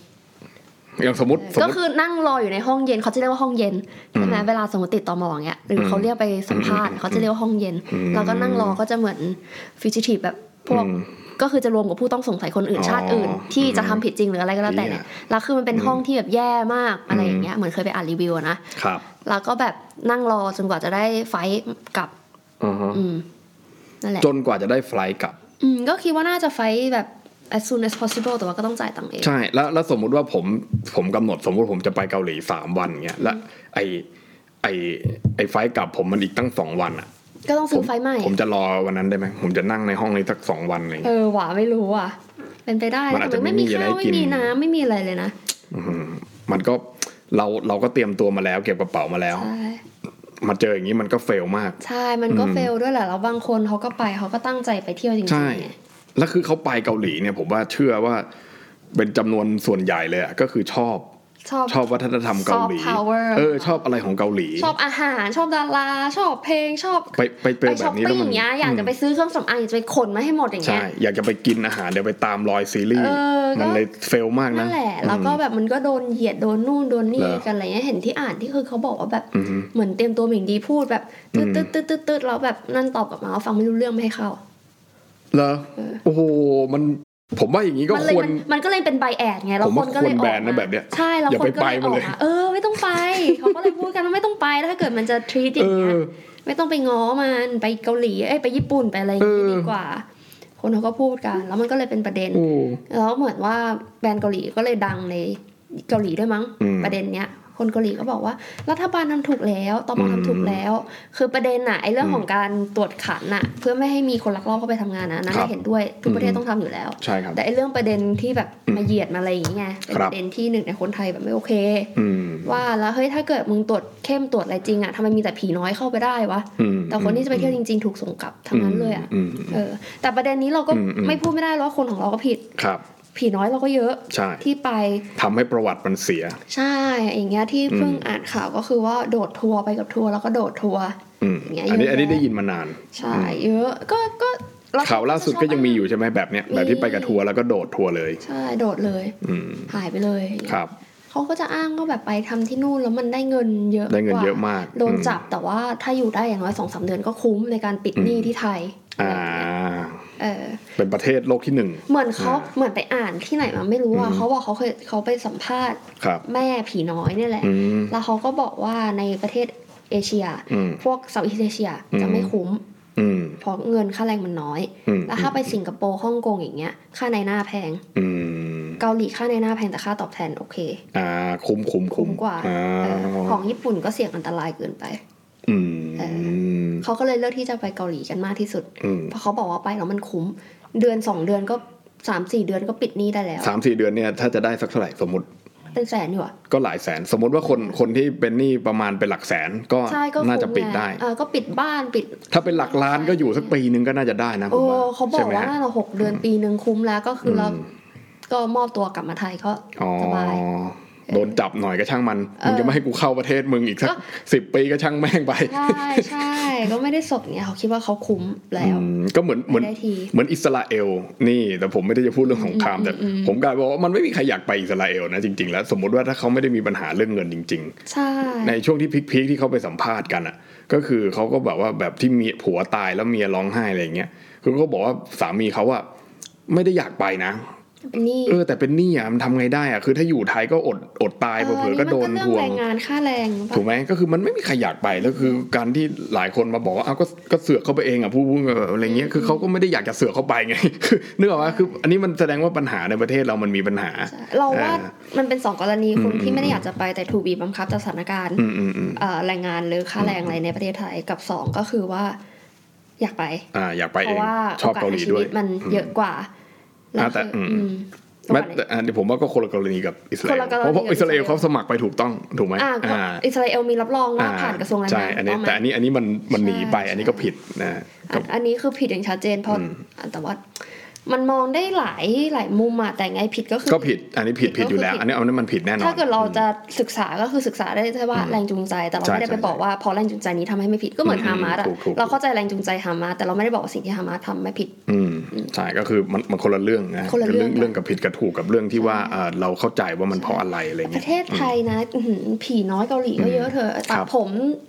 อย่างสมมติสม
ก็
มติ
คือนั่งรออยู่ในห้องเย็นเขาจะเรียกว่าห้องเย็นใช่ไหมเวลาสมมติติดต่อมอย่างเงี้ยหรือเขาเรียกไปสัมภาษณ์เขาจะเรียกว่าห้องเย็น
อืม
แล้วก็นั่งรอก็จะเหมือนฟิจิทีฟแบบพวก
อืม
ก็คือจะรวมกับผู้ต้องสงสัยคนอื่น
อ๋อ
ชาติอื่น ที่จะทำผิดจริงหรืออะไรก็แล้วแต่เนี่ยแล้วคือมันเป็นห้องที่แบบแย่มากอะไรอย่างเงี้ยเหมือนเคยไปอ่านรีวิวอะนะครับ แล้วก็แบบนั่งรอจนกว่าจะได้ไฟล์กลับ
อือฮะ
อืมนั่นแหละ
จนกว่าจะได้ไฟลท์กลับ
อืมก็คิดว่าน่าจะไฟล์แบบ as soon as possible แต่ว่าก็ต้องจ่ายตังค์เอง
ใช่แล้วแล้วสมมุติว่าผมผมกำหนดสมมุติผมจะไปเกาหลีสามวันเงี้ยและไอไอไอไฟลท์กลับผมมันอีกตั้งสองวันอ่ะ
ก็ต้องซื้อไฟล์ใหม่
ผมจะรอวันนั้นได้ไหมผมจะนั่งในห้องนี้สักสองวันอะไร
เอ
เงี้ย
อว่ะไม่รู้ว่ะเป็นไปได้
มันอาจจะ
แต่ไม่
ไม่
มี
มีอะไร
ข้าว
ให้
ไม่
กิน
มีน้ำไม่มีอะไรเลยนะ
มมันก็เราเราก็เตรียมตัวมาแล้วเก็บกระเป๋ามาแล้ว
ใช่
มาเจออย่างนี้มันก็เฟลมาก
ใช่ มันก็
อืม
เฟลด้วยแหละ แล้วบางคนเขาก็ไปเขาก็ตั้งใจไปเที่ยวจริง
ใช่
ๆไง
แล้วคือเขาไปเกาหลีเนี่ย ผมว่าเชื่อว่าเป็นจำนวนส่วนใหญ่เลยอะก็คือชอบ
ชอบ
ชอบวัฒนธรรมเกาหลี
Soft power
เออชอบอะไรของเกาหลี
ชอบอาหาร ชอบดารา ชอบเพลง ชอบ
ไปไปเจอแบ
ช้อป
บนี้แล้
ปิ้
ว
ง
มั
อน ย่างเงี้ย อยากจะไปซื้อเครื่องสำอางอยากจะไปขนมาให้หมดอย่าง
ใช่
เงี้ย
อยากจะไปกินอาหารเดี๋ยวไปตามรอยซีรีส์
เออก็
มันเลยเฟลมากนะ
นั่นแหละ
อืม
แล้วก็แบบมันก็โดนเหยียด โดนนู่น โดนนี่
เหรอ
กันอะไรเงี้ย เห็นที่อ่านที่คือเขาบอกว่าแบบ
อืม
เหมือนเตรียมตัวเหม่งดีพูดแบบตืด
อื
ตื
ม
ดตืดตืดตืดแล้วแบบนั่นตอบกลับมาว่าฟังไม่รู้เรื่องไม่ให้เข้า
เหรอ
เออ
โอ้โหมันผมว่าอย่างนี้ก็
มั
ค
เลยว
ร
มันมันก็เลยเป็นใบแอดไง แล้ว
ผม
ค
ว่าน
ก็เลย
ควรแบ
อ
อก น
มา
นะแบบเนี้ย
ใช่แล้ว
อย่า
คน
ไปไป
ก็เลยอ
มา
อก
เลย
มาเออ ไม่ต้องไป เขาก็เลยพูดกันว่าไม่ต้องไปแล้วถ้าเกิดมันจะ treat อ
เอย่าง
เงี้ย
อ
ไม่ต้องไปง้อมันไปเกาหลีเอ้ยไปญี่ปุ่นไปอะไรอย่าง
เอ
นี้
อ
ดีกว่า คนเขาก็พูดกัน แล้วมันก็เลยเป็นประเด็น
โอ้
แล้วเหมือนว่าแบรนด์เกาหลีก็เลยดังในเกาหลีด้วยมั้ง
อืม
ประเด็นเนี้ย คนเกาหลีก็บอกว่ารัฐบาลทำถูกแล้วตม
อืม
ทำถูกแล้ว คือประเด็นน่ะไอ้เรื่อง
อืม
ของการตรวจขันน่ะ เพื่อไม่ให้มีคนลักลอบเข้าไปทำงานนะนั่น
ครั
ก็
บ
เห็นด้วยทุกประเทศ
อืม
ต้องทำอยู่แล้ว
ใช่ครับ
แต่ไอ้เรื่องประเด็นที่แบบ
อืม
มาเหยียดมาอะไรอย่างเงี้ยเป็น
ครั
ป
บ
ระเด็นที่หนึ่งในคนไทยแบบไม่โอเค
อืม
ว่าแล้วเฮ้ยถ้าเกิดมึงตรวจเข้มตรวจอะไรจริงอะทำไมมีแต่ผีน้อยเข้าไปได้วะ
อืม
แต่คนที่จะไปเที่ยวจริงๆ ถูกส่งกลับทั้งนั้นเลยอ่ะ
มม
เออ แต่ประเด็นนี้เราก็
อืมอืม
ไม่พูดไม่ได้ว่าคนของเราก็ผิด
ครับ
ผีน้อยเราก็เยอะ
ใช่
ที่ไป
ทำให้ประวัติมันเสีย
ใช่ อย่างเงี้ยที่เพิ่ง
อืม
อ่านข่าวก็คือว่าโดดทัวร์ไปกับทัวร์แล้วก็โดดทัวร์
อืม
อย่างเงี้ย
อันนี้
เยอะ
อันนี้
แยะ
ได้ยินมานาน
ใช่
อืม
เยอะ ก็ ก็เร
ข่าวล่าสุดก็ยังมีอยู่ใช่ไหมแบบเนี้ยแบบที่ไปกับทัวร์แล้วก็โดดทัวร์เลย
ใช่ โดดเลย
อืม
หายไปเลยอย่างเงี้ย
ครับ
เขาก็จะอ้างว่าแบบไปทำที่นู่นแล้วมันได้เงินเยอะ
ได้เงิน
ว่า
เยอะมาก
โดน
อืม
จับแต่ว่าถ้าอยู่ได้อย่างน้อยสองสามเดือนก็คุ้มในการปิดหนี้ที่ไทย
อ่า
เออ
เป็นประเทศโลกที่หนึ่ง
เหมือนเขา
อ่า
เหมือนไปอ่านที่ไหนมาไม่รู้อ่ะ
อืม
เขาบอกเขาเคยเขาไปสัมภาษณ์
ครับ
แม่ผีน้อยเนี่ยแหละ
อืม
แล้วเขาก็บอกว่าในประเทศเอเชีย
อืม
พวกเซาท์อีสเอเชีย
อืม
จะไม่คุ้ม
อืม
เพราะเงินค่าแรงมันน้อย
อืม
แล้วถ้าไปสิงคโปร์ฮ่องกงอย่างเงี้ยค่าในหน้าแพง
อืม
เกาหลีค่าในหน้าแพงแต่ค่าตอบแทนโอเค
อ่าคุ้มคุ้มคุ้
คุ้มกว่า
อ่า
เออของญี่ปุ่นก็เสี่ยงอันตรายเกินไป
อืม
เอ เขาก็เลยเลือกที่จะไปเกาหลีกันมากที่สุด
อืม
เพราะเขาบอกว่าไปแล้วมันคุ้ม เดือนสองเดือนก็สามสี่เดือนก็ปิดหนี้ได้แล้ว
สามสี่เดือนเนี่ยถ้าจะได้สักเท่าไหร่สมมติ
เป็นแสนอยู่อะ
ก็หลายแสน สมมติว่าคนคนที่เป็นหนี้ประมาณเป็นหลักแสนก็
ใช่ก็
น่าจะ
คุ้ม
ปิด
แล้ว
ได้
เออก็ปิดบ้านปิด
ถ้าเป็นหลักล้านก็อยู่สักปีหนึ่งก็น่าจะได้นะผ
โอ้
มว่า
เขาบอ
ใช่
ก
ไหม
ว่า
ฮะ
น่าจะหกเดือนปีหนึ่งคุ้มแล้วก็คือเรา
ม
ก็มอบตัวกลับมาไทยก็
อ๋อ
สบาย
โดนจับหน่อยก็ช่างมัน
เออ
มึงจะไม่ให้กูเข้าประเทศมึงอีกสัก
ก็
สิบปีก็ช่างแม่งไป
ใช่ใช่ก็ไม่ได้สดเนี่ยเขาคิดว่าเขาคุ้มแล้
อื
ว
มก็เหมือนเหมือน
ได้ที
เหมือนอิสราเอลนี่แต่ผมไม่ได้จะพูดเรื่องของคราม
อืม
แต่
อืม
ผมกลายบอกว่ามันไม่มีใครอยากไปอิสราเอลนะจริงๆแล้ว สมมติว่าถ้าเขาไม่ได้มีปัญหาเรื่องเงินจริง
ใช่
ๆ ในช่วงที่พีคๆที่เขาไปสัมภาษณ์กันอ่ะ ก็คือเขาก็แบบว่าแบบที่เมียผัวตายแล้วเมียร้องไห้อะไรอย่างเงี้ยคือเขาบอกว่าสามีเขาว่าไม่ได้อยากไปนะ
เป็นหนี่
เออแต่เป็นหนี้อ่ะมันทำไงได้อ่ะคือถ้าอยู่ไทยก็อดอดตายเผลอๆก็โดน
เรื่อง
ทว
แรง งงานค่าแรงปะ
ถูกไหมก็คือมันไม่มีใครอยากไปแล้วคือการที่หลายคนมาบอกว่าอ้าวก็ก็เสือกเข้าไปเองอ่ะพูดพูดอะไรเงี้ยคือเขาก็ไม่ได้อยากจะเสือกเข้าไปไง คือนึกออกว่าคืออันนี้มันแสดงว่าปัญหาในประเทศเรามันมีปัญหา
ใช่เราว่า
เออ
มันเป็นสองกรณีคน
อืม
ที่ไม่ได้อยากจะไปแต่ถูกบีบบังคับจากสถานการณ์
อืมอืมอืม
เอ่อแรงงานหรือค่าแรงอะไรในประเทศไทยกับสองก็คือว่า อยากไป
อ่าอยากไป
เพ
เอง
ราะว่า
ชอบเกาหลีด้วย
โอกสในชีตมันเยอะกว่า
อ่าแต่
คือ
อืม
ม
แม้
โอกาสใน
แต่อันนี้ผมว่าก็คนละกรณีกับอิสราเอ
คน
ล
ละกรณี
เพราะว่า
กับอิ
อิส
ส
รา
รา
เอ
เอ
ล
ล
เขาสมัครไปถูกต้องถูกไหม
อ่าก็อิสราเอลมีรับรองว่าผ่านกระทรวงแรง
ใช่
งาน
อันนี้
ถูกไหม
แต่อันนี้อันนี้มันมันหนีไป
ใช่
อันนี้ก็ผิดนะ
อันอันนี้คือผิดอย่างชัดเจนเพราะแต่ว่ามันมองได้หลายหลายมุมอะแต่ไงผิดก็คือ
ก็ผิดอันนี้ผิดผิดอยู่แล้ว
ก็คือผิด
อันนี้อันนี้มันผิดแน่นอน
ถ้าเกิดเราจะศึกษาก็คือศึกษาได้แค่ว่า
อืม
แรงจูงใจ แต่เรา
ใช่
ไม่ได้ไป
ใช่
บอกว่าเพอแรงจูงใจนี้ทำให้ไม่ผิดก็เหมือน
อืม
ฮามาสอะ
ถูกถูก
เราเข้าใจแรงจูงใจฮามาสแต่เราไม่ได้บอกว่าสิ่งที่ฮามาสทำไม่ผิด
อืมใช่ก็คือมันมันคนละเรื่องนะ
คนละเรื่อง
เรื่องกับผิดกับถูกกับเรื่องที่ว่า
ใช่
เอ่อเราเข้าใจว่ามันเพราะอะไรอะไร
ป
เงี้
ระ
ย
เทศไทยนะอื้อหือผีน้อยเกาหลีก็เยอะเธอตั
ค
ด
รับ
ผม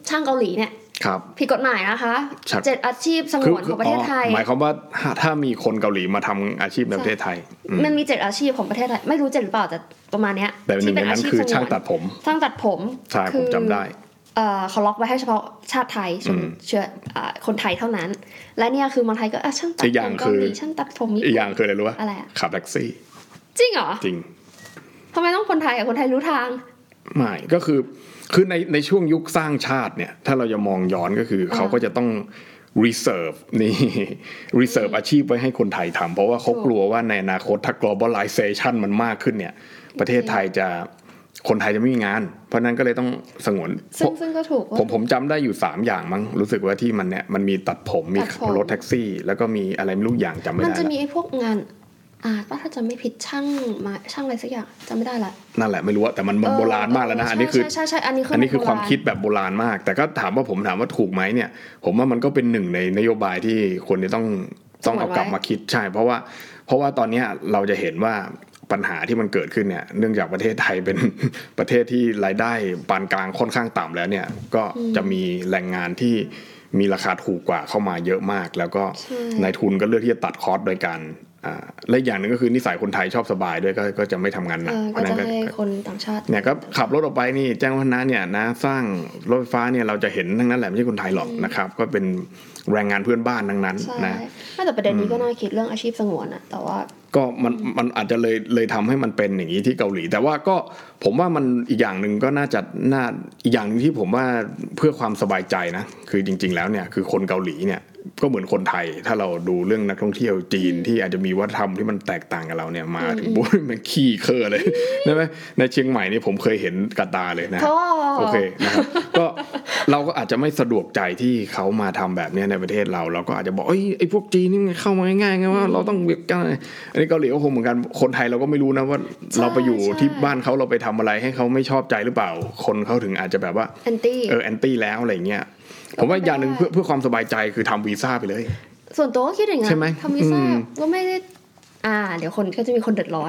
ช่างเกาหลีเนี่ย
ครับ
ผิดกฎหมายนะคะ
ชัด
เจ็ดอาชีพสงวนของประเทศไทย
หมายความว่าถ้าถ้ามีคนเกาหลีมาทำอาชีพใน
ใช่
ประเทศไทยอืม
มันมีเจ็ดอาชีพของประเทศไทย ไม่รู้เจ็ดหรือเปล่าแต่ประมาณเนี้ย
แต่หนึ่งในนั้นคือช่างตัดผม
ช่างตัดผม
ใช่ผมจำได้
เอ่อเขาล็อกไว้ให้เฉพาะชาติไทยช
อื
น
ม
เชื้ออ่าคนไทยเท่านั้น และเนี่ยคือเมืองไทยก็อ่ะช่างตัด
อีกอ
ผ
ย่าง
ม
คื
เกา
อ
หลีช่างตัดผมญี่
อีก
ปุ่น
อย่างคืออะไรรู้ป่ะ
อะไรอะ
ขับแท็กซี่
จริงเหรอ
จริง
ทำไมต้องคนไทยอ่ะคนไทยรู้ทาง
ไม่ก็คือ คือในในช่วงยุคสร้างชาติเนี่ย ถ้าเราจะมองย้อนก็คือ
อ่า
เขาก็จะต้อง reserve นี่ reserve อาชีพไว้ให้คนไทยทำเพราะว่าเขา
ถูก
กลัวว่าในอนาคตถ้า globalization มันมากขึ้นเนี่ย ประเทศไทยจะคนไทยจะไม่มีงาน เพราะนั้นก็เลยต้องสงวน
ซึ่งซึ่งก็ถูกว่า
ผมผมจำได้อยู่ 3 อย่างมั้งรู้สึกว่าที่มันเนี่ยมันมีตัดผมมี
ตัดผม
รถแท็กซี่ แล้วก็มีอะไรไม่รู้อย่างจำไม่
มัน
ได้
จะ
ละ
มีไอ้พวกงานอาร์ตว่าถ้าจะไม่ผิดช่างไมาช่างอะไรสักอย่างจำไม่ได้ละ
นั่นแหละไม่รู้อะแต่มันมันโบราณมากแล้วนะ
เ
อันนี้คือ
ใช่ใช่ใช่อันนี้คือ
อั
อั
นนี้คือความ
โบรณ
คิดแบบโบราณมาก แต่ก็ถามว่าผมถามว่าถูกไหมเนี่ย ผมว่ามันก็เป็นหนึ่งในนโยบายที่ควรจะต้องต้องเอา
สงวนไว้
กลับมาคิดใช่ เพราะว่าเพราะว่าตอนเนี้ยเราจะเห็นว่าปัญหาที่มันเกิดขึ้นเนี่ยเนื่องจากประเทศไทยเป็น ประเทศที่รายได้ปานกลางค่อนข้างต่ำแล้วเนี่ยก็จะมีแรงงานที่มีราคาถูกกว่าเข้ามาเยอะมาก แล้วก็
ใช่
นายทุนก็เลือกที่จะตัดคอสโดยการอ่าและอีกอย่างหนึ่งก็คือนิสัยคนไทยชอบสบายด้วยก็ก็จะไม่ทำงานหนั
เอก อ
เพ
ก็
ราะฉะนั้น
จะ
ก็
ให้คนต่างชาติ
เนี่ยก็ขับรถออกไปนี่แจ้งวัฒนะเนี่ยนะสร้างรถไฟฟ้าเนี่ยเราจะเห็นทั้งนั้นแหละไม่ใช่คนไทยหรอกนะครับ ก็เป็นแรงงานเพื่อนบ้านทั้งนั้น
ใช่
นะ
ไม่แต่ประเด็นนี้ก็น่าคิดเรื่องอาชีพสงวนอะแต่ว่า
ก็มันมันอาจจะเลยเลยทำให้มันเป็นอย่างนี้ที่เกาหลี แต่ว่าก็ผมว่ามันอีกอย่างหนึ่งก็น่าจะน่าอีกอย่างหนึงที่ผมว่าเพื่อความสบายใจนะคือจริง ๆ แล้วเนี่ยคือคนเกาหลีเนี่ยก็เหมือนคนไทย ถ้าเราดูเรื่องนักท่องเที่ยวจีนที่อาจจะมีวัฒนธรรมที่มันแตกต่างกับเราเนี่ยมาถึงปุ๊บ มันขี้เคอะเลยใช่ไหมในเชียงใหม่นี่ผมเคยเห็นกระตาเลยนะ
เพราะ
โอเคนะครับ ก็เราก็อาจจะไม่สะดวกใจที่เขามาทำแบบเนี้ยในประเทศเราเราก็อาจจะบอกเอ้ยไอ้พวกจีนนี่มันเข้ามาง่ายๆไงว่าเราต้องเวียกกันอะไรอันนี้เกาหลีก็คงเหมือนกันคนไทยเราก็ไม่รู้นะว่า เราไปอยู่ที่บ้านเขาเราไปทำอะไรให้เขาไม่ชอบใจหรือเปล่า คนเขาถึงอาจจะแบบว่า
แอนตี้
เออแอนตี้แล้วอะไรเงี้ยผมว่าอย่างหนึ่ง
ก็ไม่ได้
เพื่อเพื่อความสบายใจคือทำวีซ่าไปเลย
ส่วนตัวก็คิดอย่างนั้
ใช่ไหม
นทำวี
อื
ซ่า
ม
ก็ไม่ได้อ่า เดี๋ยวคนก็จะมีคนเดือดร้อน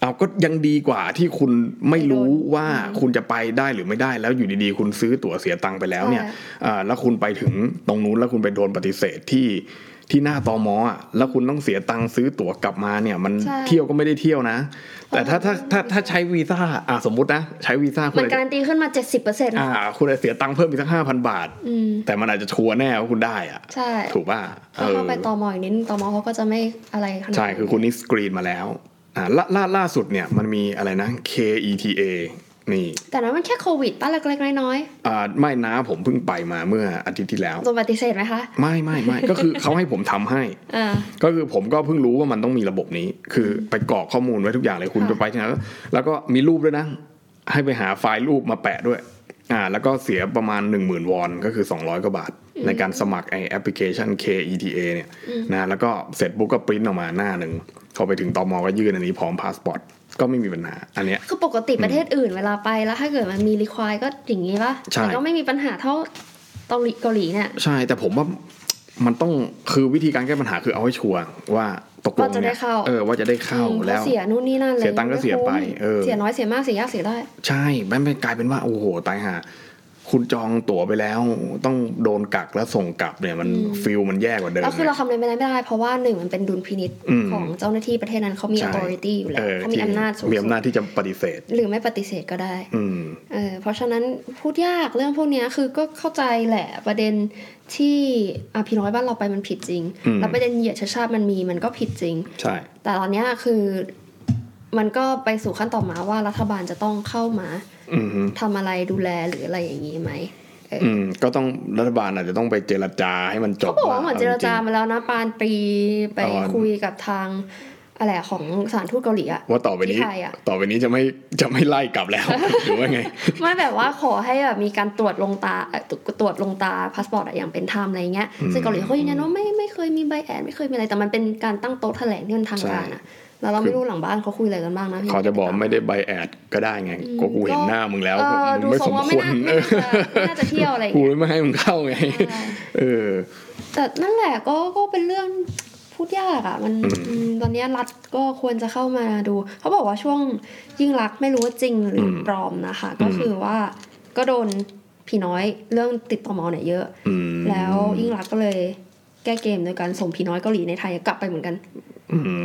เอาก็ยังดีกว่าที่คุณไม่รู้
ไม่โดน
ว่าคุณจะไปได้หรือไม่ได้แล้วอยู่ดีๆ คุณซื้อตั๋วเสียตังค์ไปแล้วเนี่ย
ใช่
อ่าแล้วคุณไปถึงตรงนู้นแล้วคุณไปโดนปฏิเสธที่ที่หน้าตอมอ่ะแล้วคุณต้องเสียตังค์ซื้อตั๋วกลับมาเนี่ยมัน
ใช่
เที่ยวก็ไม่ได้เที่ยวนะ แต่ถ้าถ้าถ้าถ้าใช้วีซ่าอ่าสมมตินะ ใช้วีซ่าคุณ
มัน
อาจ
กา
จะ
รันตีขึ้นมา 70%อ
อ่าคุณอาจจะเสียตังค์เพิ่มอีกสักห้าพันบาท
อืม
แต่มันอาจจะชัวร์แน่ว่าคุณได้อ่ะ
ใช่
ถูกป่ะ
ถ้าเข้าไป
เออ
ตอมออีกนิดนึงตอมอเขาก็จะไม่อะไรขนาด
ใช่ คือคุณนี่สกรีนมาแล้ว อ่าล่าล่าล่าสุดเนี่ยมันมีอะไรนะ KETA นี่
แต่นั้นมันแค่โควิดป้าเล็กๆน้อย
อ่าไม่นะผมเพิ่งไปมาเมื่ออาทิตย์ที่แล้ว
ๆโดนปฏิเสธไหมคะ
ไม่ไม่ไม่ ก็คือเขาให้ผมทำให้
อ่า
ก็คือผมก็เพิ่งรู้ว่ามันต้องมีระบบนี้ คือไปกรอกข้อมูลไว้ทุกอย่างเลยคุณ
ค่ะ
จะไปที่ไหนแล้วแล้วก็มีรูปด้วยนะ ให้ไปหาไฟล์รูปมาแปะด้วยอ่าแล้วก็เสียประมาณ 1 0,000 วอน ก็คือ 200 กว่าบาท ในการสมัครไอแอปพลิเคชัน KETA เนี่ยนะแล้วก็เสร็จปุ๊บก็ปริ้นออกมาหน้าหนึ่งพอไปถึงตมก็ยื่นอันนี้พร้อมพาสปอร์ตก็ไม่มีปัญหาอันเนี้ย
คือปกติประเทศอื่นเวลาไปแล้วถ้าเกิดมันมีรีควายก็อย่างนี้ป่ะ
ใช่
แต่ก็ไม่มีปัญหาเท่าเกาหลีเกาหลีเนี่ย
ใช่แต่ผมว่ามันต้องคือวิธีการแก้ปัญหาคือเอาให้ชัวร์ว่าตกลง
ว่าจะได้
เนี่ย
เข้า
เออว่าจะได้เข้า
อืม
แล้ว
เสียนู่นนี่นั่นอะไร
เสียตังค์ก็เสียไป
ม่คุ้ม
เออ
เสียน้อยเสียมากเสียยากเสียได้
ใช่มันเป็นกลายเป็นว่าโอ้โหตายห่าคุณจองตั๋วไปแล้ว ต้องโดนกักแล้วส่งกลับเนี่ยมัน
อืม
ฟิลมันแย่กว่าเดิม
แล้วคือเรา
ไง
ทำอะไรไม่ได้ไม่ได้ เพราะว่าหนึ่งมันเป็นดุลพินิษ
อืม
ของเจ้าหน้าที่ประเทศนั้นเขามี
ใช่
authority อยู่แล้
เอ
ว
อ
เขามี
ที่
อำนาจสูง
มี
สุ
อำนาจ
ด
ที่จะปฏิเสธ
หรือไม่ปฏิเสธก็ได้
อืม
เออเพราะฉะนั้นพูดยากเรื่องพวกเนี้ยคือก็เข้าใจแหละประเด็นที่อ่ะพี่น้อยบ้านเราไปมันผิดจริง
อืม
แล้วประเด็นเหยียดเชื้อชาติมันมีมันก็ผิดจริง
ใช่
แต่ตอนเนี้ยคือมันก็ไปสู่ขั้นต่อมาว่ารัฐบาลจะต้องเข้ามา
อืมฮึ
ทำอะไรดูแลหรืออะไรอย่างนี้ไหมเอออ
อืมก็ต้องรัฐบาลอาจจะต้องไปเจรจาให้มันจบ
เขาบอกว่าเหมือนเจรจา
อ
มาแล้วนะปานปรีไป
ตอน
คุยกับทางอะไรของสถานทูตเกาหลีอะ
าว่าต่อไปนี้
ที่ไทยอะ
ต่อไปนี้จะไม่จะไม่ไล่กลับ แล้ว หรือว่าไง
ไม่แบบว่าขอให้แบบมีการตรวจลงตาเอ่อตรวจลงตาพาสปอร์ตอะอย่างเป็นธรรมอะไรเงี้ยซึ่งเกาหลีเขายืนยันว่าไม่ไม่เคยมีใบแอนไม่เคยมีอะไรแต่มันเป็นการตั้งโต๊ะแถลงที่มันทางการอะแล้วเราไม่รู้หลังบ้านเขาคุยอะไรกันบ้างนะพี่
เขาจะบอกไม่ได้ใบแอดก็ได้ไง
อืม
ก็กูเห็นหน้ามึงแล้ว
เออ
มึงไม่
ดูทร
ส
ง
ม
ว่า
ค
ไม่
วร
น่า
เอ
ไม่
อ
น่าจะไม่น่าจะเที่ยวอะไรอย่าง
กู
เงี้ย
เลยไม่ให้มึงเข้าไง เออ
แต่นั่นแหละก็ก็เป็นเรื่องพูดยากอะ่ะมัน
อืม
อืมตอนเนี้ยรัฐก็ควรจะเข้ามาดู เขาบอกว่าช่วงยิ่งรักษณ์ไม่รู้ว่าจริงหรืออปลอมนะคะ ก็คือว่าก็โดนพี่น้อยเรื่องติดต่อมอเนี่ยเยอะ
อืม
แล้วยิ่งรักษณ์ก็เลยแก้เกมโดยการส่งพี่น้อยเกาหลีในไทยกลับไปเหมือนกัน
อื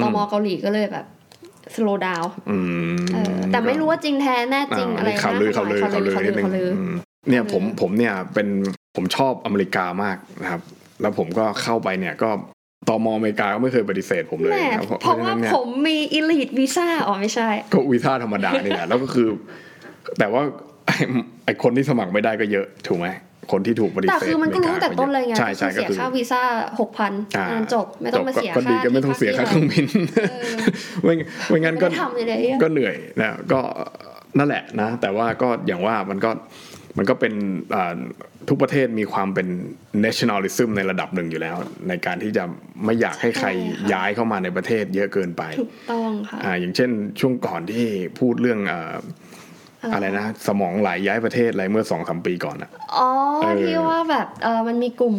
ม
ตอมอเกาหลีก็เลยแบบสโลดาว
อืม
แต่ไม่รู้ว่าจริงแท้แน่จริงอะไรนะ
ข่าวลือข่าวลือ
ข่าว
ข่าว
ลื
ลื
อ
อ
ข่าว
นิ
ลื
ดนึง
อข่าวลือ
มเนี่ยผม
ข่า
ผม
วลือ
เนี่ยเป็นผมชอบอเมริกามากนะครับ แล้วผมก็เข้าไปเนี่ยก็ตมอเมริกาก็ไม่เคยปฏิเสธผมเลย
แหม่
ครับ
เพราะว่า
เนี่ย
ผมมีอ l ลิทวีซ่าอ๋อไม่ใช่
ก็วีซ่าธรรมดานี่แหละ แล้วก็คือ แต่ว่า ไอ้ไอคนที่สมัครไม่ได้ก็เยอะถูกไหมคนที่ถูกปฏิเสธ
แต่คือมันก็รู้
เริา
แต่ต้นเลยไง
ใช่ใช่ก็
ก็คื
คื
อ
อ
เสียค่าวีซ่าหกพัน
อ่า
จบไม่ต้องมา
ก็
เสีย
ก็
ค่า
ดีก็ไม่ต้องเสียค่าเครื่องบิน ไม่งั้นไม่งั้นก็
ก็ทำเลยเลยอะ
ก็เหนื่อยนะก็นั่นแหละนะ แต่ว่าก็อย่างว่ามันก็มันก็เป็นอ่าทุกประเทศมีความเป็น nationalism ในระดับหนึ่งอยู่แล้ว ในการที่จะไม่อยากให้ใครย้ายเข้ามาในประเทศเยอะเกินไป
ถูกต้องค่ะ
อ่าอย่างเช่นช่วงก่อนที่พูดเรื่องอ่าอะไรนะ สมองไหลย้ายประเทศอะไรเมื่อสองสามปีก่อนอะ
อ๋อ
เออ
ที่ว่าแบบเออมันมีกลุ่ม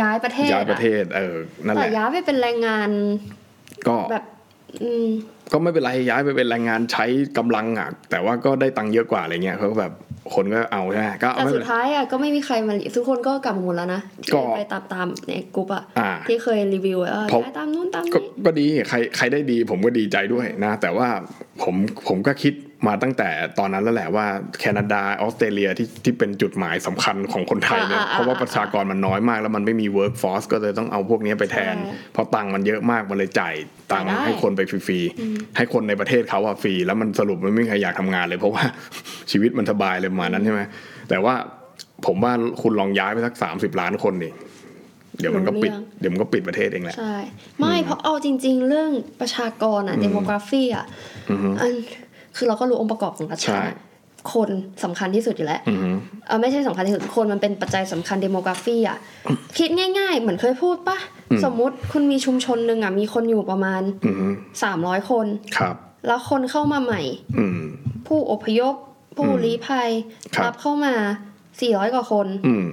ย้ายประเทศ
ย้ายประเท
อ
ศเออนั่
ะ
นแห
แต่
ละ
ย้ายไปเป็นแรงงาน
ก็
แบบอืม
ก็ไม่เป็นไรย้ายไปเป็นแรงงานใช้กำลังอ่ะแต่ว่าก็ได้ตังค์เยอะกว่าอะไรเงี้ยเขาก็แบบคนก็เอาใช่ไหมก็
แต่
ไม่
สุ
เป็น
ด
ไร
ท้ายอ่ะก็ไม่มีใครมาทุกคนก็กลับมาหมดแล้วนะ
ก็
ไปตามตามๆในกลุ่มอ่ะ
อ่า
ที่เคยรีวิวอะเออ
เพราะ
ย้ายตามนู้นตาม
ก็
นี้
ก็ดีใครใครได้ดีผมก็ดีใจด้วยนะ แต่ว่าผมผมก็คิดมาตั้งแต่ตอนนั้นแล้วแหละว่าแคนาดาออสเตรเลียที่ที่เป็นจุดหมายสำคัญของคนไทยเนี่ยเพราะว่าประชากรมันน้อยมาก แล้วมันไม่มีเวิร์กฟอร์สก็เลยต้องเอาพวกนี้ไปแทน เพราะตังค์มันเยอะมาก มันเลยจ่ายตังค์ให้คนไปฟรีๆ ให้คนในประเทศเขาอะฟรี แล้วมันสรุปมันไม่มีใครอยากทำงานเลยเพราะ ว่า ชีวิตมันสบายเลยประมาณนั้นใช่ไหมแต่ว่าผมว่าคุณลองย้ายไปสักสามสิบล้านคนนี่เดี๋ยวมันก็ปิดเดี๋ยวมันก็ปิดประเทศเองแหละ
ใช่ไม่เพราะเอาจริง ๆ เรื่องประชากรอ่ะเดโมกราฟีอ่ะอันคือเราก็รู้องค์ประกอบของรัฐ
ใช่
ใช่ไหมคนสำคัญที่สุดอยู่แล้ว
อือฮึ
เออไม่ใช่สำคัญที่สุดคนมันเป็นปัจจัยสำคัญเดโมกราฟีอ่ะ คิดง่ายๆ เหมือนเคยพูดปะ
อืม
สมมุติคุณมีชุมชนหนึ่งอ่ะ มีคนอยู่ประมาณ
อือฮึ
300 คน
ครับ
แล้วคนเข้ามาใหม่
อืม
ผู้อพยพ ผู้
อืม
ลี้ภัย
ครับ
รับเข้ามา 400 กว่าคน
อืม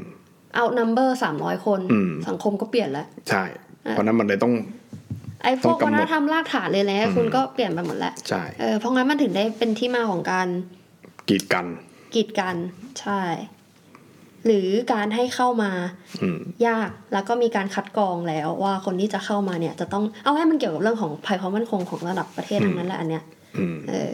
เอานัมเบอร์300 คน
อืม
สังคมก็เปลี่ยนแล้ว
ใช่ เพราะนั้นมันเลยต้อง
ไอ้พวก
ต้
วั
องกำห
ฒ
นด
นธรรมรากฐานเลยแหละ
อืม
คุณก็เปลี่ยนไปหมดแล้ว
ใช่
เออเพราะงั้นมันถึงได้เป็นที่มาของการ
กีดกัน
กีดกันใช่ หรือการให้เข้ามา
อืม
ยากแล้วก็มีการคัดกรองแล้วว่าคนที่จะเข้ามาเนี่ยจะต้องเอาให้มันเกี่ยวกับเรื่องของภัยความมั่นคงของระดับประเทศ
อืม
ทั้งนั้นแหละอันเนี้ย
อืม
เออ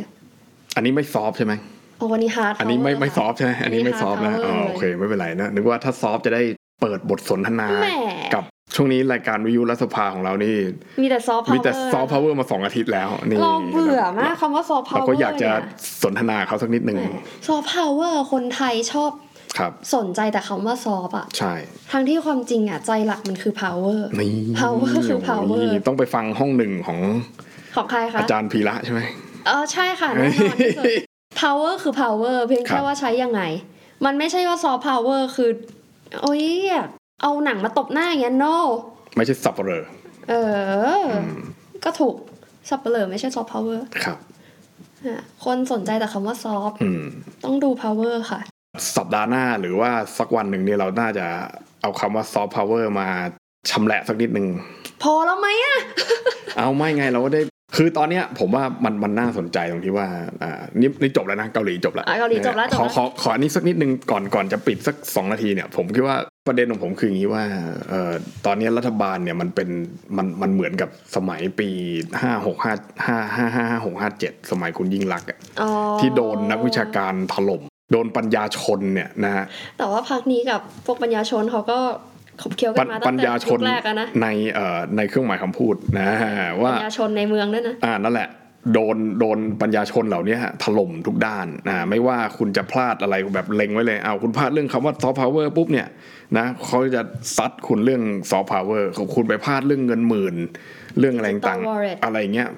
อันนี้ไม่ซอฟต์ใช่ไหม
โอ้วันนี้ฮาร์ด
อันนี้ไม่ไม่ซอฟต์ใช่ไหมอันนี้ไม่ซอฟต์นะ
ไม่
อ๋อ
ฮาร์ด
โอเคไม่เป็นไรนะ นึกว่าถ้าซอฟต์จะได้เปิดบทสนทนา
แหม
กับ ช่วงนี้รายการวิวรัฐสภาของเรานี่
มีแต่ซอฟต์พาวเวอร์
มีแต่ซอฟต์พาวเวอร์มาสองอาทิตย์แล้วนี่
เราเบื่อมากคำว่าซอฟต์พาว
เรา
เวอร์
ก็อยากจะสนทนาเขาสักนิดหนึ่ง
ซอฟต์พาวเวอร์คนไทยชอบ
ครับ
สนใจแต่คำว่าซอฟต์อะ
ใช่
ทั้งที่ความจริงอะใจหลักมันคือ power
นี่
power คือ power
นี่ต้องไปฟังห้องหนึ่งของ
ของใครคะ
อาจารย์พีระใช่ไหม
เออใช่ค่ะแน่นอนที่สุด power คือ power เพียง
ครั
แค่
บ
ว่าใช้ยังไง มันไม่ใช่ว่า soft power คือ โอ้ยเอาหนังมาตบหน้าอย่างเงี้ย no
ไม่ใช่สับเปลอ
เอออ
อืม
ก็ถูกสับเปลือไม่ใช่ soft power
ครับ
อ่ะคนสนใจแต่คำว่า soft
อืม
ต้องดู power ค่ะ
สัปดาห์หน้าหรือว่าสักวันหนึ่งเนี่ยเราน่าจะเอาคำว่าซอฟต์พาวเวอร์มาชำแหละสักนิดหนึ่ง
พอแล้วไหมอะ
เอาไม่ไงเราก็ได้ คือตอนเนี้ยผมว่ามันมันน่าสนใจตรงที่ว่า อ่า นี่นี่จบแล้วนะเกาหลีจบแล้ว
อ่ะเกาหลีจบแล้วจบ
ขอ
แล้
ขอ
ว
ขออันนี้สักนิดนึงก่อนก่อนจะปิดสักสองนาทีเนี่ย ผมคิดว่าประเด็นของผมคืออย่างนี้ว่าเอ่อตอนเนี้ยรัฐบาลเนี่ยมันเป็นมันมันเหมือนกับสมัยปีห้าหกห้าห้าห้าห้าหกห้าเจ็ดสมัยคุณยิ่งรักษณ์อะ
อ๋อ
ที่โดนนักวิชาการถล่มโดนปัญญาชนเนี่ยนะฮะ
แต่ว่าพักนี้กับพวกปัญญาชนเขาก็ขบเคี้ยว
ปั
กัน
ญ
มา
ปั
ตั้
ญ
งแต่
ญาช
ยุ
น
คแรกอะนะ
ในเอ่อในเครื่องหมายคำพูดนะฮะว่า
ปัญญาชนในเมืองด้วยนะ
อ่านั่นแหละ โดนโดนปัญญาชนเหล่านี้ฮะถล่มทุกด้านนะไม่ว่าคุณจะพลาดอะไรแบบเล็งไว้เลยเอาคุณพลาดเรื่องคำว่าซอฟต์พาวเวอร์ปุ๊บเนี่ยนะเขาจะซัดคุณเรื่องซอฟต์พาวเวอร์ของคุณไปพลาดเรื่องเงินหมื่น เรื่องอะไรต่าง
Digital wallet
อะไรเงี้ย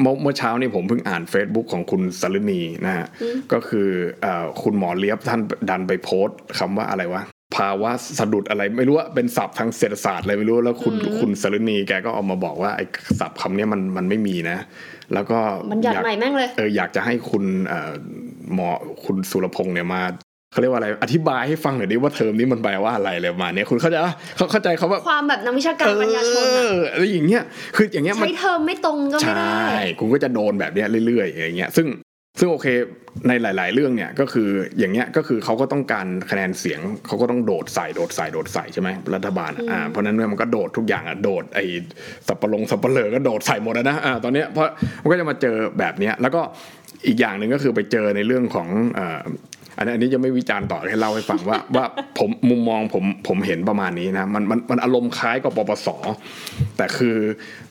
เมื่อเมื่อเช้านี่ผมเพิ่งอ่าน Facebook ของคุณสรณีนะฮะก็คือเออคุณหมอเลียบท่านดันไปโพสต์คำว่าอะไรวะ ภาวะสะดุดอะไรไม่รู้ว่าเป็นศัพท์ทางเศรษฐศาสตร์อะไรไม่รู้แล้วคุณคุณสรณีแกก็ออกมาบอกว่าไอ้ศัพท์คำเนี้ยมันมันไม่มีนะ แล้วก็
มันหยัด
อยาก
ใหม่แม่งเลย
เอออยากจะให้คุณเอ่อหมอคุณสุรพงษ์เนี่ยมาเขาเรียกว่าอะไรอธิบายให้ฟังหน่อยดิว่าเทอมนี้มันแปลว่าอะไรเลยมาเนี่ยคุณเข้าใจปะเขาเข้าใจเขาว่า
ความแบบนักวิชาการ
เอ
ปัญญาชนอะ
ออะไรอย่างเงี้ยคืออย่างเงี้ยมัน
ใช้เทอมไม่ตรงก็ไม่ได้
ใช่ คุณก็จะโดนแบบเนี้ยเรื่อยๆอย่างเงี้ย ซึ่งซึ่งโอเคในหลาย ๆ เรื่องเนี่ยก็คืออย่างเงี้ยก็คือเขาก็ต้องการคะแนนเสียงเขาก็ต้องโดดใส่โดดใส่โดดใส่ใช่ไหมรัฐบาลอ่ะอ่าเพราะฉะนั้นเนี่ยมันก็โดดทุกอย่างอ่ะโดดไอ้สับปะรงสับปะเลอก็โดดใส่หมดแล้วนะอ่าตอนเนี้ยเพราะมันก็จะมาเจอแบบเนี้ยแล้วก็อีกอย่างหนึ่งก็คือไปเจอในเรื่องของเอ่ออันนี้อันนี้จะไม่วิจารณ์ต่อให้เล่าให้ฟังว่า ว่าผมมุมมองผมผมเห็นประมาณนี้นะมันมันมันอารมณ์คล้ายกับปปส แต่คือ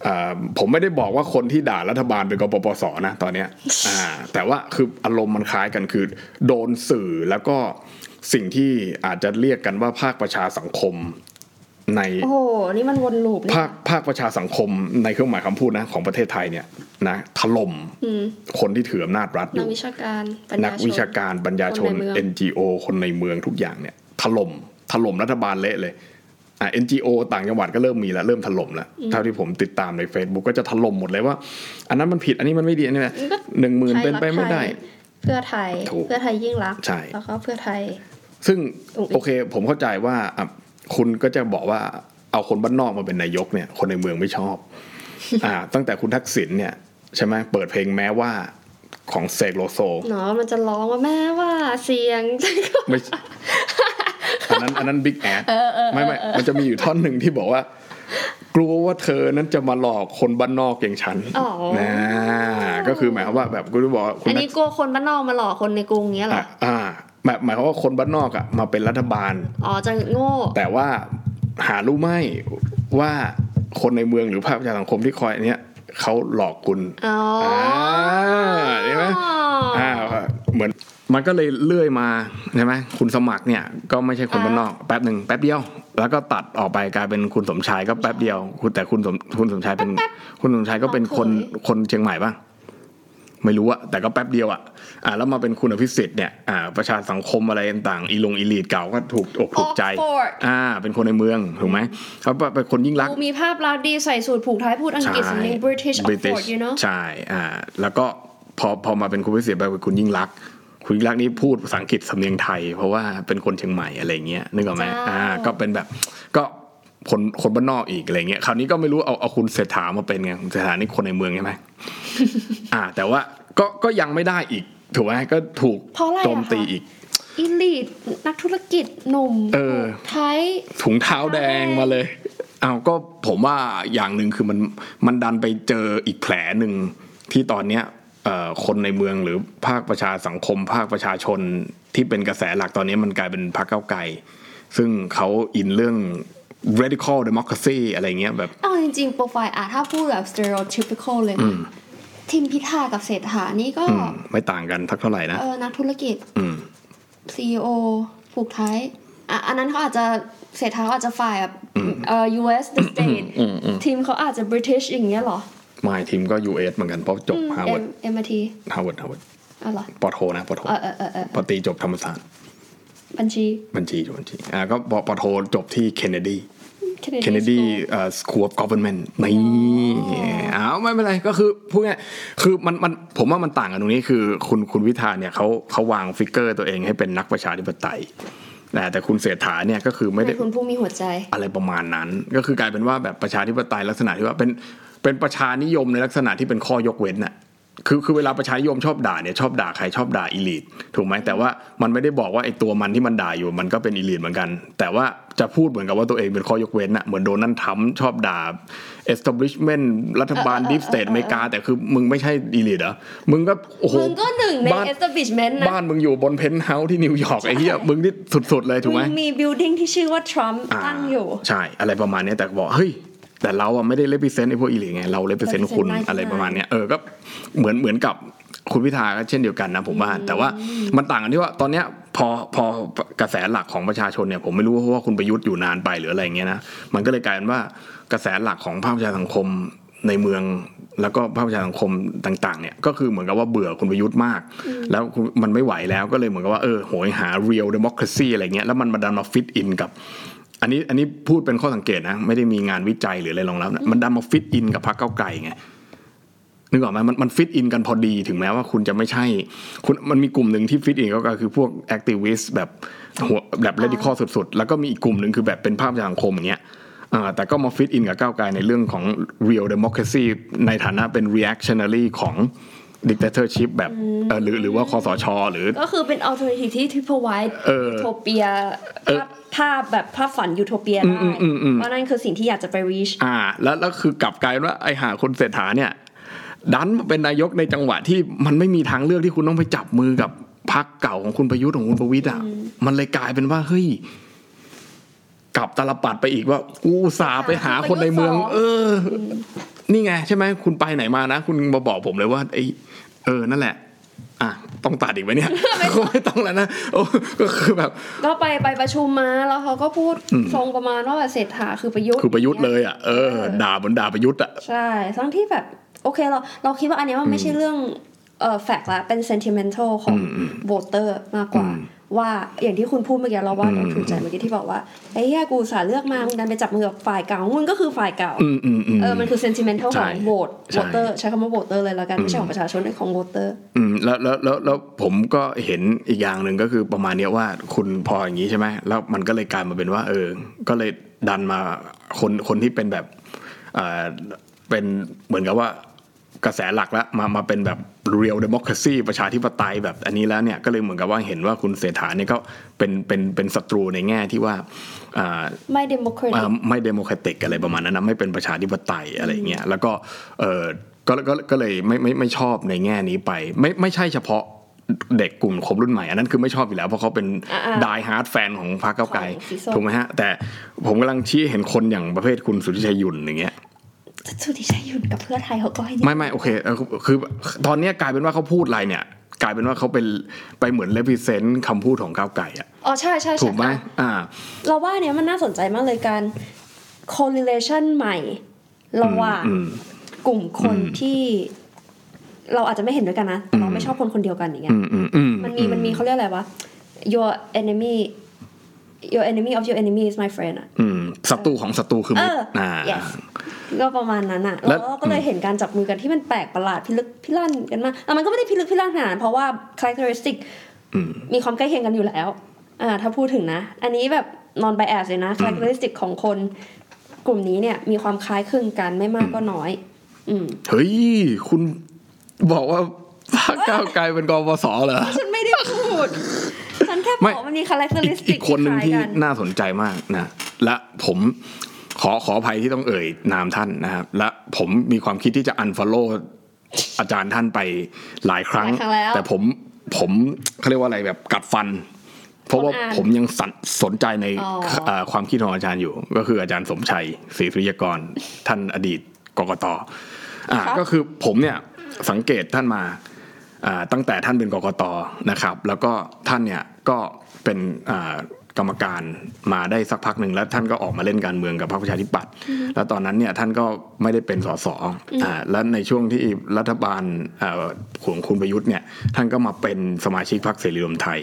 เออผมไม่ได้บอกว่าคนที่ด่ารัฐบาลเป็นกปปสนะตอนเนี้ยอ่าแต่ว่าคืออารมณ์มันคล้ายกันคือ โดนสื่อแล้วก็สิ่งที่อาจจะเรียกกันว่าภาคประชาสังคมใน
โอ้โห นี่มันวนลูปเนี่ย
ภาคภาคประชาสังคมในเครื่องหมายคำพูดนะของประเทศไทยเนี่ยนะถล่ม
อืม
คนที่ถืออำนาจรัฐอ
นัก
ยู่
วิชาการปัญ
นั
ญาก ชน
วิชาการปัญญาชน
คนในเมือง
NGO คนในเมืองทุกอย่างเนี่ยถล่มถล่มรัฐบาลเละเลยอ่า NGO ต่างจังหวัดก็เริ่มมีแล้วเริ่มถล่มแล้วเท่าที่ผมติดตามใน Facebook ก็จะถล่มหมดเลยว่า อันนั้นมันผิดอันนี้มันไม่ดีอันนี้นะ
มันก็
หนึ่งหมื่น
ใคร
เป็นไปไม่ได้
รักใครเพื่อไทย
ถูก
เพื่อไทยยิ่งรักษณ์
ใช่
แล้วก็เพื่อไทย
ซึ่ง
อุ๊ย
โอเคผมเข้าใจว่าอ่ะคุณก็จะบอกว่าเอาคนบ้านนอกมาเป็นนายกเนี่ย คนในเมืองไม่ช อบ อ่า ตั้งแต่คุณทักษิณเนี่ยใช่ไหมเปิดเพลงแม้ว่าของเสกโลโซ
เนาะมันจะร้องว่าแม่ว่าเสียง
ไม่ อันนั้นอันนั้นบิ๊กแอดไม่ไม่มันจะมีอยู่ท่อนหนึ่งที่บอกว่า กลัวว่าเธอนั้นจะมาหลอกคนบ้านนอกอย่างฉัน
อ๋อ
นะก็คือหมายความว่าแบบกูจะบอกว่าคุ
อั
ณ
น
นั
นี้
ก
กลัวคนบ้านนอกมาหลอกคนในกรุงเงี้ยเหร
อ่ะ
อ
อ่าหมายหมายความว่าคนบ้านนอกอ่ะมาเป็นรัฐบาล
อ๋อจะโง่
แต่ว่าหารู้ไหมว่าคนในเมืองหรือภาคประชาสังคมที่คอยอันเนี้ยเขาหลอกคุณ
อ๋ออ
เห็นไหม อ่าเหมือนมันก็เลยเลื่อยมาใช่ไหมคุณสมัครเนี่ยก็ไม่ใช่คนบ้านนอกแป๊บหนึ่งแป๊บเดียว แล้วก็ตัดออกไปกลายเป็นคุณสมชายก็แป๊บเดียวคุณแต่คุณสมคุณสมชายเป็นคุณสมชายก็เป็นคนคนเชียงใหม่บ้าง ไม่รู้อะแต่ก็แป๊บเดียวอะอ่าแล้วมาเป็นคุณอภิสิทธิ์เนี่ยอ่าประชาสังคมอะไรต่างๆอีลงอีลีดเก่าก็ถูกอกถูกใจ
Oxford
อ่า เป็นคนในเมืองถูกไหมเขาเป็นคนยิ่งรักษณ์
กูมีภาพลักษณ์ดีใส่สูตรผูกท้ายพูดอังกฤษ
ใช่
สำเนียง British
British
Oxford you know
ใช่ อ่า แล้วก็พอพอมาเป็นคุณพิเศษไปเป็นคุณยิ่งรักษณ์คุณยิ่งรักษณ์นี่พูดภาษาอังกฤษสำเนียงไทย เพราะว่าเป็นคนเชียงใหม่อะไรเงี้ยนึกออกไหม
เจ้า
อ่า ก็เป็นแบบ ก็คนคนบ้านนอกอีกอะไรเงี้ย คราวนี้ก็ไม่รู้เอาเอาคุณเศรษฐามาเป็นไงคุณเศรษฐานี่คนในเมืองใช่ไหม อ่า แต่ว่าก็ก็ยังไม่ได้อีก ถูกไหมก็ถูก
เพราะอะไรอะ
โจมตี
คะ
อีก
อีลีดนักธุรกิจหนุ่ม
เออ
ไทย
ถุงเท้าแดงมาเลย เอาวก็ผมว่าอย่างหนึ่งคือมันมันดันไปเจออีกแผลหนึ่งที่ตอนเนี้ยเอ่อคนในเมืองหรือภาคประชาสังคม ภาคประชาชนที่เป็นกระแสหลักตอนนี้มันกลายเป็นพรรคเก้าวไกล ซึ่งเขาอินเรื่อง radical democracy อะไรเงี้ยแบบ
เอาจริงๆ โปรไฟล์อ่ะถ้าพูดแบบ stereotypical เลย
อื
นะ
ม
ทิมพิธากับเศรษฐานี่ก็
อืม ไม่ต่างกันทักเท่าไหร่นะ
เออนักธุรกิจ
อืม
CEO ผูกไทยอ่ะอันนั้นเขาอาจจะเศรษฐาเขาอาจจะฝ่ายแบบเอ่อ US the state
อืมอืม
ทีมเขาอาจจะ British อย่างเงี้ยเหรอ
มายทีมก็ US เหมือนกันเพราะจบฮาร์วาร์ด
เอ็มที
ฮาร์วาร์ดฮาร์วาร์ด
อ๋อเหรอ
ปอโทนะปอโท
เออเออเออเออ
ปอตรีจบธรรมศาสตร์
บัญชี
บัญชีจบบัญชีอ่าก็ปอปอโทจบที่เคนเนดี
เค
เคนเนดีเอ่อสคูลกอฟเวอร์เมนต์นี่อ้าวไม่เป็นไรก็คือพูดง่ายคือมันมันผมว่ามันต่างกันตรงนี้คือคุณคุณวิธาเนี่ยเขาเขาวางฟิกเกอร์ตัวเองให้เป็นนักประชาธิปไตยแต่แต่คุณเสถาเนี่ยก็คือไม่
เป็
ได้
นคุณผู้มีหัวใจ
อะไรประมาณนั้น ก็คือกลายเป็นว่าแบบประชาธิปไตยลักษณะที่ว่าเป็นเป็นประชานิยมในลักษณะที่เป็นข้อยกเว้นน่ะคือคือเวลาประชานิยมชอบด่าเนี่ยชอบด่าใครชอบด่าอีลิทถูกไหมแต่ว่ามันไม่ได้บอกว่าไอ้ตัวมันที่มันด่าอยู่มันก็เป็นอีลิทเหมือนกัน แต่ว่าจะพูดเหมือนกับว่าตัวเองเป็นข้อยกเว้นน่ะเหมือนโดนัลด์ทรัมป์ชอบด่า establishment รัฐ บาล
เออ
deep
เออ
state
เออ
อเมริกา แต่คือมึงไม่ใช่อีลิทเหรอมึงก็โอ้โห
มึงก็หนึ่งใน
บ้าน
establishment นะ
บ้านมึงอยู่บนเพนท์เฮาส์ที่นิวยอร์กไอ้เหี้ยมึงนี่สุดๆเลยถูกไห
มึ
ม
งมี building ที่ชื่อว่า Trump
า
ตั้งอยู่
ใช่อะไรประมาณเนี้ยแต่บอกเฮ้ยแต่เราอะไม่ได้เล p ิเซนต์ไอ้พวกอีหลีไง เราเล p ิเซนต์คุณ
represent
อะไรประมาณเนี้ยเออก็เหมือนเหมือนกับคุณพิธาก็เช่นเดียวกันนะผมว่า แต่ว่ามันต่างกันที่ว่าตอนเนี้ยพอพอกระแสหลักของประชาชนเนี่ยผมไม่รู้ว่าเพราะว่าคุณประยุทธ์อยู่นานไปหรืออะไรอย่างเงี้ยนะมันก็เลยกลายเป็นว่ากระแสหลักของภาคประชาสังคมในเมือง แล้วก็ภาคประชาสังคมต่างๆเนี่ยก็คือเหมือนกับว่าเบื่อคุณประยุทธ์มาก แล้วคุณมันไม่ไหวแล้วก็เลยเหมือนกับว่าเออโหยหา real democracy อะไรเงี้ยแล้วมันมาดันมาฟิตอินกับ อันนี้อันนี้พูดเป็นข้อสังเกตนะ ไม่ได้มีงานวิจัยหรืออะไรรองรับนะมันดันมาฟิตอินกับพรรคเก้าวไกลไงนึกออกไหมมันมันฟิตอินกันพอดีถึงแม้ว่าคุณจะไม่ใช่คุณมันมีกลุ่มหนึ่งที่ฟิตอินก็คือพวกแอคทิวิสต์แบบหัวแบบเลดิคอสุดๆ แล้วก็มีอีกกลุ่มหนึ่งคือแบบเป็นภาพสังคมอย่างเงี้ยอ่าแต่ก็มาฟิตอินกับก้าวไกลในเรื่องของ real democracy ในฐานะเป็น reactionary ของ dictatorship แบบเอ่อหรือหรือว่าคอสชหรือ
ก็คือเป็น alternative ที่ที่ provide
เออ
utopia ภาพภาพแบบภาพฝัน utopia ได้เพราะนั่นคือสิ่งที่อยากจะไป reach
อ่าแล้วแล้วคือกลับกลายเป็นว่าไอหาคนเศรษฐาเนี่ย ดันมาเป็นนายกในจังหวะที่มันไม่มีทางเลือกที่คุณต้องไปจับมือกับพรรคเก่าของคุณประยุทธ์ของคุณประวิตยอ่ะมันเลยกลายเป็นว่าเฮ้ยกลับตลปัดไปอีกว่ากูอุตสาห์ไปหาคนในเมือง เออ นี่ไงใช่ไหมคุณไปไหนมานะ คุณมาบอกผมเลยว่าไอเออนั่นแหละ อ่ะต้องตัดอี กไหมเนี่ย ไม่ต้องแล้วนะโอ้ก็คือแบบ
ก็ไปไปประชุมมาแล้วเขาก็พูดทรงประมาณว่าแบบเศรษฐาคือประยุทธ์
คือประยุทธ์เลยอ่ะเออด่าบนด่าประยุทธ์อ่ะ
ใช่ทั้งที่แบบ โอเคเราเราคิดว่าอันเนี้ยมันไม่ใช่เรื่องเอ่อแฟกต์ละเป็น sentimental ของ voter มากกว่า ว่าอย่างที่คุณพูดเมื่อกี้เราว่าเราถูกใจเมื่อกี้ที่บอกว่าไอ้เหี้ยกูอุตสาห์เลือกมามึงดันไปจับมือกับฝ่ายเก่ามึงก็คือฝ่ายเก่า
อืมอืมอืม
เออ มันคือ sentimental
ใช่
ของโบส
ใช่
โบเตอร์ ใช้คำว่าโบเตอร์เลยแล้วกัน ไม่ใช่ของประชาชนแต่ของโบเตอร์
อืมแล้วแล้วแล้วแล้วผมก็เห็นอีกอย่างหนึ่งก็คือประมาณเนี้ยว่าคุณพออย่างนี้ใช่ไหมแล้วมันก็เลยกลายมาเป็นว่า เออ ก็เลยดันมาคนคนที่เป็นแบบเอ่อเป็นเหมือนกับว่ากระแสหลักแล้วมามาเป็นแบบเรียลเดโมคราซีประชาธิปไตยแบบอันนี้แล้วเนี่ยก็เลยเหมือนกับว่าเห็นว่าคุณเสถาเนี่ยก็เป็นเป็นเป็นศัตรูในแง่ที่ว่าอ่า
ไม่ democratic
อ่าไม่เดโมแครติกอะไรประมาณนั้นนะไม่เป็นประชาธิปไตยอะไรอย่างเงี้ยแล้วก็เออก็ก็ก็เลยไม่ไม่ไม่ชอบในแง่นี้ไป ไม่ไม่ใช่เฉพาะเด็กกลุ่มคมรุ่นใหม่อันนั้นคือไม่ชอบอยู่แล้วเพราะเขาเป็น
อ่าๆ
ดายฮาร์ดแฟนของพรรคเก้าวไกล
ของสีส้ม
ถูกไหมฮะ แต่ผมกำลังชี้เห็นคนอย่างประเภทคุณสุทธิชัยหยุ่นอย่างเงี้ย
สุดที่ใช้ยุ่นกับเพื่อไทยเขาก็ให้นี่
ไม่ไม่โอเคเออคือตอนเนี้ยกลายเป็นว่าเขาพูดอะไรเนี่ย กลายเป็นว่าเขาเป็นไปเหมือนเลพิเซนต์คำพูดของก้าวไกลอ่ะ
อ๋อ ใช่ใช่ใช่
ถูกไหม
อ่ะ
อ่า
เราว่าเนี้ยมันน่าสนใจมากเลยการ correlation ใหม่ ระหว่าง
อืม
กลุ่มคนที่ เราอาจจะไม่เห็นด้วยกันนะแต่เราไม่ชอบคนคนเดียวกันอย่างเงี้ย
อืมอืมอืม
มันมีมันมีเขาเรียกอะไรวะ your enemy your enemy of your enemy is my friend อะ
อืมศัตรูของศัตรูคือมิตร
เอออ่
่า
yes ก็ประมาณนั้นอะ
แล้
แล้ว วก็เลยเห็นการจับมือกันที่มันแปลกประหลาดพิลึกพิลั่นกันมากแต่มันก็ไม่ได้พิลึกพิลั่นขนาดนั้นเพราะว่า characteristic
อืม
มีความใกล้เคียงกันอยู่แล้วอ่าถ้าพูดถึงนะ อันนี้แบบ non bias เลยนะ characteristic ของคนกลุ่มนี้เนี่ยมีความคล้ายคลึงกันไม่มากก็น้อย อืม
เฮ้ย คุณบอกว่าพรรคก้าวไกลเป็นกบสเหรอ
ฉันไม่ได้พูด ฉันแค่บ
ไม่
อกว่ามันมี
อีก
characteristic
อีกคนหนึ่ง
ล้าย
ที่
กัน
น่าสนใจมากนะ และผมขอขออภัยที่ต้องเอ่ยนามท่านนะครับ และผมมีความคิดที่จะ unfollow อาจารย์ท่านไปหลายครั้
หลายครั้งแล้ว
แต่ผมผมเขาเรียกว่าอะไรแบบกัดฟัน เพราะว่า
อ่น
ผมยังสนสนใจใน
อ๋อ
เอ่อความคิดของอาจารย์อยู่ ก็คืออาจารย์สมชัยศรีสุริยากร ท่านอดีตกกตอ่าก็คือผมเนี่ยสังเกตท่านมาอ่าตั้งแต่ท่านเป็นกกตนะครับ แล้วก็ท่านเนี่ยก็เป็นอ่ากรรมการมาได้สักพักหนึ่งแล้วท่านก็ออกมาเล่นการเมืองกับพรรคประชาธิปัตย์แล้วตอนนั้นเนี่ยท่านก็ไม่ได้เป็นสสอ่าและในช่วงที่รัฐบาลอ่าของคุณประยุทธ์เนี่ยท่านก็มาเป็นสมาชิกพรรคเสรีรวมไทย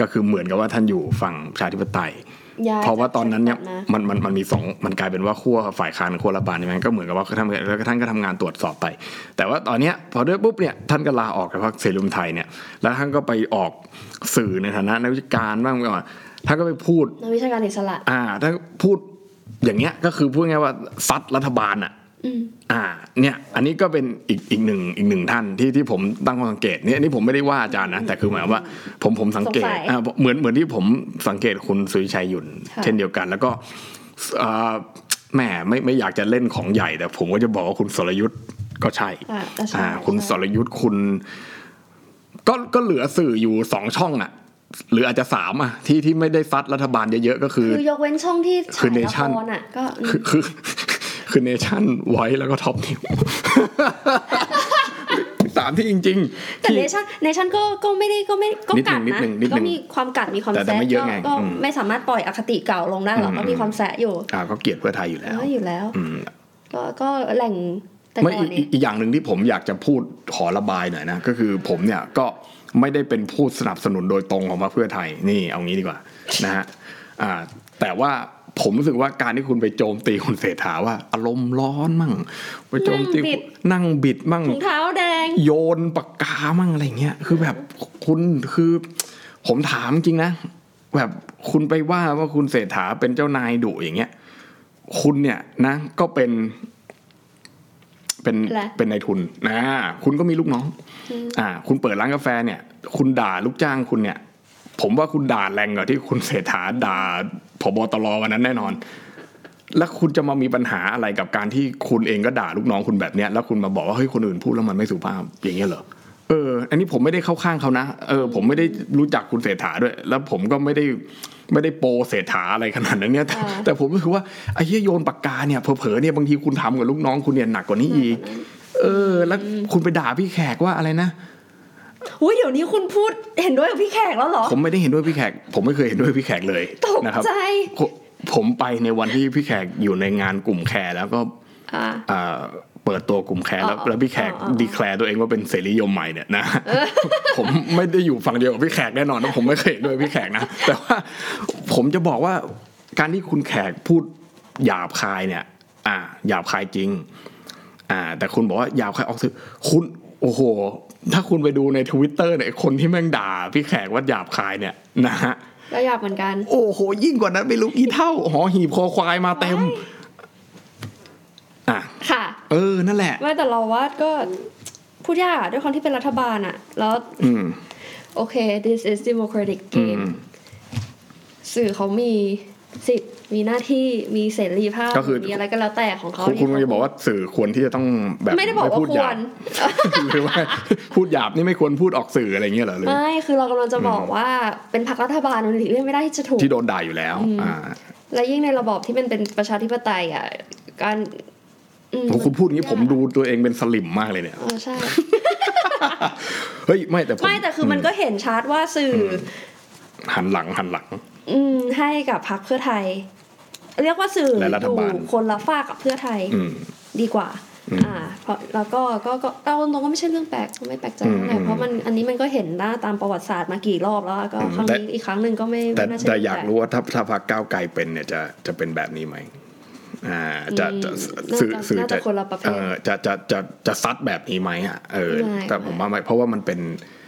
ก็คือเหมือนกับว่าท่านอยู่ฝั่งประชาธิปไตย
ย้ย
เพราะว่าตอนนั้นเนี่ย
จากจังหวัดมา
มันมันมันมีสองมันกลายเป็นว่าขั้วฝ่ายค้านกับขั้วรัฐบาลใช่ไหมก็เหมือนกับว่าท่านแล้วก็ท่านก็ทำงานตรวจสอบไป แต่ว่าตอนเนี้ยพอด้วยปุ๊บเนี่ยท่านก็ลาออกจากพรรคเสรีรวมไทยเนี่ยแล้วท่านก็ไปออกสื่อในฐานะนักวิชาการบ้างก่อนท่านก็ไปพูด
นักวิชาการอิสระ
อ่าท่านพูดอย่างเงี้ยก็คือพูดง่ายๆว่าซัดรัฐบาลอ่ะ
อืม
อ่าเนี่ยอันนี้ก็เป็นอีกอีกหนึ่งอีกหนึ่งท่านที่ที่ผมตั้งข้อสังเกตเนี่ยอันนี่ผมไม่ได้ว่าอาจารย์นะ แต่คือหมายความว่าผมผมสังเกต
สงสัย
อ่าเหมือนเหมือนที่ผมสังเกตคุณสุริชัยหยุ่น
ค่ะ
เช่นเดียวกัน แล้วก็อ่าแหมไม่ไม่อยากจะเล่นของใหญ่ แต่ผมก็จะบอกว่าคุณสรยุทธ์ก็ใช่
อ่าใช่
อ่า คุณส
ใช่
รยุทธ์คุณ ก็ก็เหลือสื่ออยู่สองช่องอ่ะ หรืออาจจะสามอ่ะที่ที่ไม่ได้ซัดรัฐบาลเยอะๆก็คือ
คือยกเว้นช่องที่
คือ
ฉา
ย
ละค
Nation
รอ่ะก็
คือคือคือเนชั่นไว้แล้วก็ท็อปนิว สามที่จริงๆ
แต่
ที่
เนชั่นเนชั่นก็ก็ไม่ได้ก็ไม่ก็
นิดหนึ่
กัด
ง
นะ
นิดหนึ่งนิดหนึ่
ก็
ง
มีความกัดมีความ
แต่แต่
แซะ
ไม่เยอะ
ก็
ไง
ก็
อืม
ไม่สามารถปล่อยอคติเก่าลงได้หรอก
อืม
ก็มีความแซะอยู่
อ่าก็เกลียดเพื่อไทยอยู่แล้
เอ
ว
ออยู่แล้ว
อืม
ก็ก็แหล่งแต่
ไม่
ก่อ
อี
น
ก
เนี่
อี
ย
กอีกอย่างหนึ่งที่ผมอยากจะพูดขอระบายหน่อยนะ ก็คือผมเนี่ยก็ไม่ได้เป็นผู้สนับสนุนโดยตรงของพรรคเพื่อไทยนี่เอางี้ดีกว่านะฮะอ่า แต่ว่าผมรู้สึกว่าการที่คุณไปโจมตีคุณเศรษฐาว่า อารมณ์ร้อนมั่งไปโจมตีคุณนั่งบิดมั่ง
ถุงเท้าแดง
โยนปากกามั่งอะไรเงี้ย คือแบบคุณคือ ผมถามจริงนะ แบบคุณไปว่าว่าคุณเศรษฐาเป็นเจ้านายดุอย่างเงี้ย คุณเนี่ยนะ ก็เป็น เป็น
อะไร
เป็นนายทุนนะคุณก็มีลูกน้อง อ่า คุณเปิดร้านกาแฟเนี่ย คุณด่าลูกจ้างคุณเนี่ย ผมว่าคุณด่าแรงกว่าที่คุณเศรษฐาด่าผบตรวันนั้นแน่นอน แล้วคุณจะมามีปัญหาอะไรกับการที่คุณเองก็ด่าลูกน้องคุณแบบเนี้ยแล้วคุณมาบอกว่าเฮ้ยคนอื่นพูดแล้วมันไม่สุภาพอย่างเงี้ยเหรอเออ อันนี้ผมไม่ได้เข้าข้างเขานะเออ ผมไม่ได้รู้จักคุณเศรษฐาด้วย แล้วผมก็ไม่ได้ไม่ได้โปรเศรษฐาอะไรขนาดนั้นเนี่ยแต่
อ่า
แต่ผมรู้สึกว่าไอ้เหี้ยโยนปากกาเนี่ยเผลอๆเนี่ยบางทีคุณทำกับลูกน้องคุณเนี่ยหนักกว่านี้อีก เออ แล้วคุณไปด่าพี่แขกว่าอะไรนะ
อุ้ยเดี๋ยวนี้คุณพูดเห็นด้วยกับพี่แขกแล้วเหรอ
ผมไม่ได้เห็นด้วยพี่แขก ผมไม่เคยเห็นด้วยพี่แขกเลย
ตก
นะครับ
ใจ
ผมผมไปในวันที่พี่แขกอยู่ในงานกลุ่มแคร์แล้วก็
อ่า
อ่าเปิดตัวกลุ่มแคร์แล้ว
อ๋อ
แล้วพี่แขก
อ๋ออ๋อ
ดีแคลร์ตัวเองว่าเป็นเสรีนิยมใหม่เนี่ยนะ ผมไม่ได้อยู่ฝั่งเดียวกับพี่แขกแน่นอนนะผมไม่เคยเห็นด้วยพี่แขกนะ แต่ว่าผมจะบอกว่าการที่คุณแขกพูดหยาบคายเนี่ย อ่าหยาบคายจริง อ่า แต่คุณบอกว่าหยาบคายออกสื่อคุณโอ้โห ถ้าคุณไปดูในทวิตเตอร์เนี่ยไอ้คนที่แม่งด่าพี่แขกว่าหยาบคายเนี่ยนะฮะ
ก็อยากเหมือนกัน
โอ้โห ยิ่งกว่านั้นไม่รู้กี่เท่าหอหีบคอควายมาเต็ม อ่ะ
ค่ะ
เออนั่นแหละ
ไม่แต่เราว่าก็พูดยากอะด้วยความที่เป็นรัฐบาลอะแล้ว
อืม
โอเค this is democratic
อืม
game สื่อเขามีสิทธิ์มีหน้าที่มีเสรีภาพ
ก็คือ
มีอะไรก็แล้วแต่ของเขา
คุณคุณจะบอกว่าสื่อควรที่จะต้องแบบ
ไม่ได้บอกว่า
พูด
ควย
หาบ
ร
หรือว่า พูดหยาบนี่ไม่ควรพูดออกสื่ออะไรอย่างเงี้ยเหรอหรือ
ไม่คือเรากำลังจะบอกว่าเป็นพรรครัฐบาลมันหลีกเลี่ยงไม่ได้ที่จะถูก
ที่โดนด่าอยู่แล้ว
อืม
อ่า
และยิ่งในระบอบที่มันเป็นประชาธิปไตยอ่ะการอืม
โหคุณพูดอย่างงี้ผมดูตัวเองเป็นสลิมมากเลยเนี่ย
เออใช่
เฮ้ยไม่แต่ผม
ไม่แต่คือมันก็เห็นชัดว่าสื่ออ
หันหลังหันหลัง
อืมให้กับพรรคเพื่อไทย เรียกว่าสื่อ
และรัฐบาล
อยู่คนละฝากกับเพื่อไทย
อืม
ดีกว่า
อืม
อ่า เพราะแล้วก็ก็ก็เอาตรงๆก็ไม่ใช่เรื่องแปลกไม่แปลกใจเท่าไห
อื
ร่
ม
เพราะมันอันนี้มันก็เห็นหน้าตามประวัติศาสตร์มากี่รอบแล้วก็
อืม
ครั้ง
แต่
นี้อีกครั้งหนึ่งก็ไม่
แต่
ไม่น่าจะ
แต่
เง
อยาก
แปล
รู้ว่าถ้าถ้าพักก้าวไกลเป็นเนี่ยจะจะเป็นแบบนี้ไหมอ่าจะจะ
อืม
สื่อ
น่าจะ
สื่อ
น่าจะคนละประเภท
เออจะจะจะจะซัดแบบนี้ไหมอ่ะเออ
ไม่
แต่ผมว่าไม่เพราะว่ามันเป็น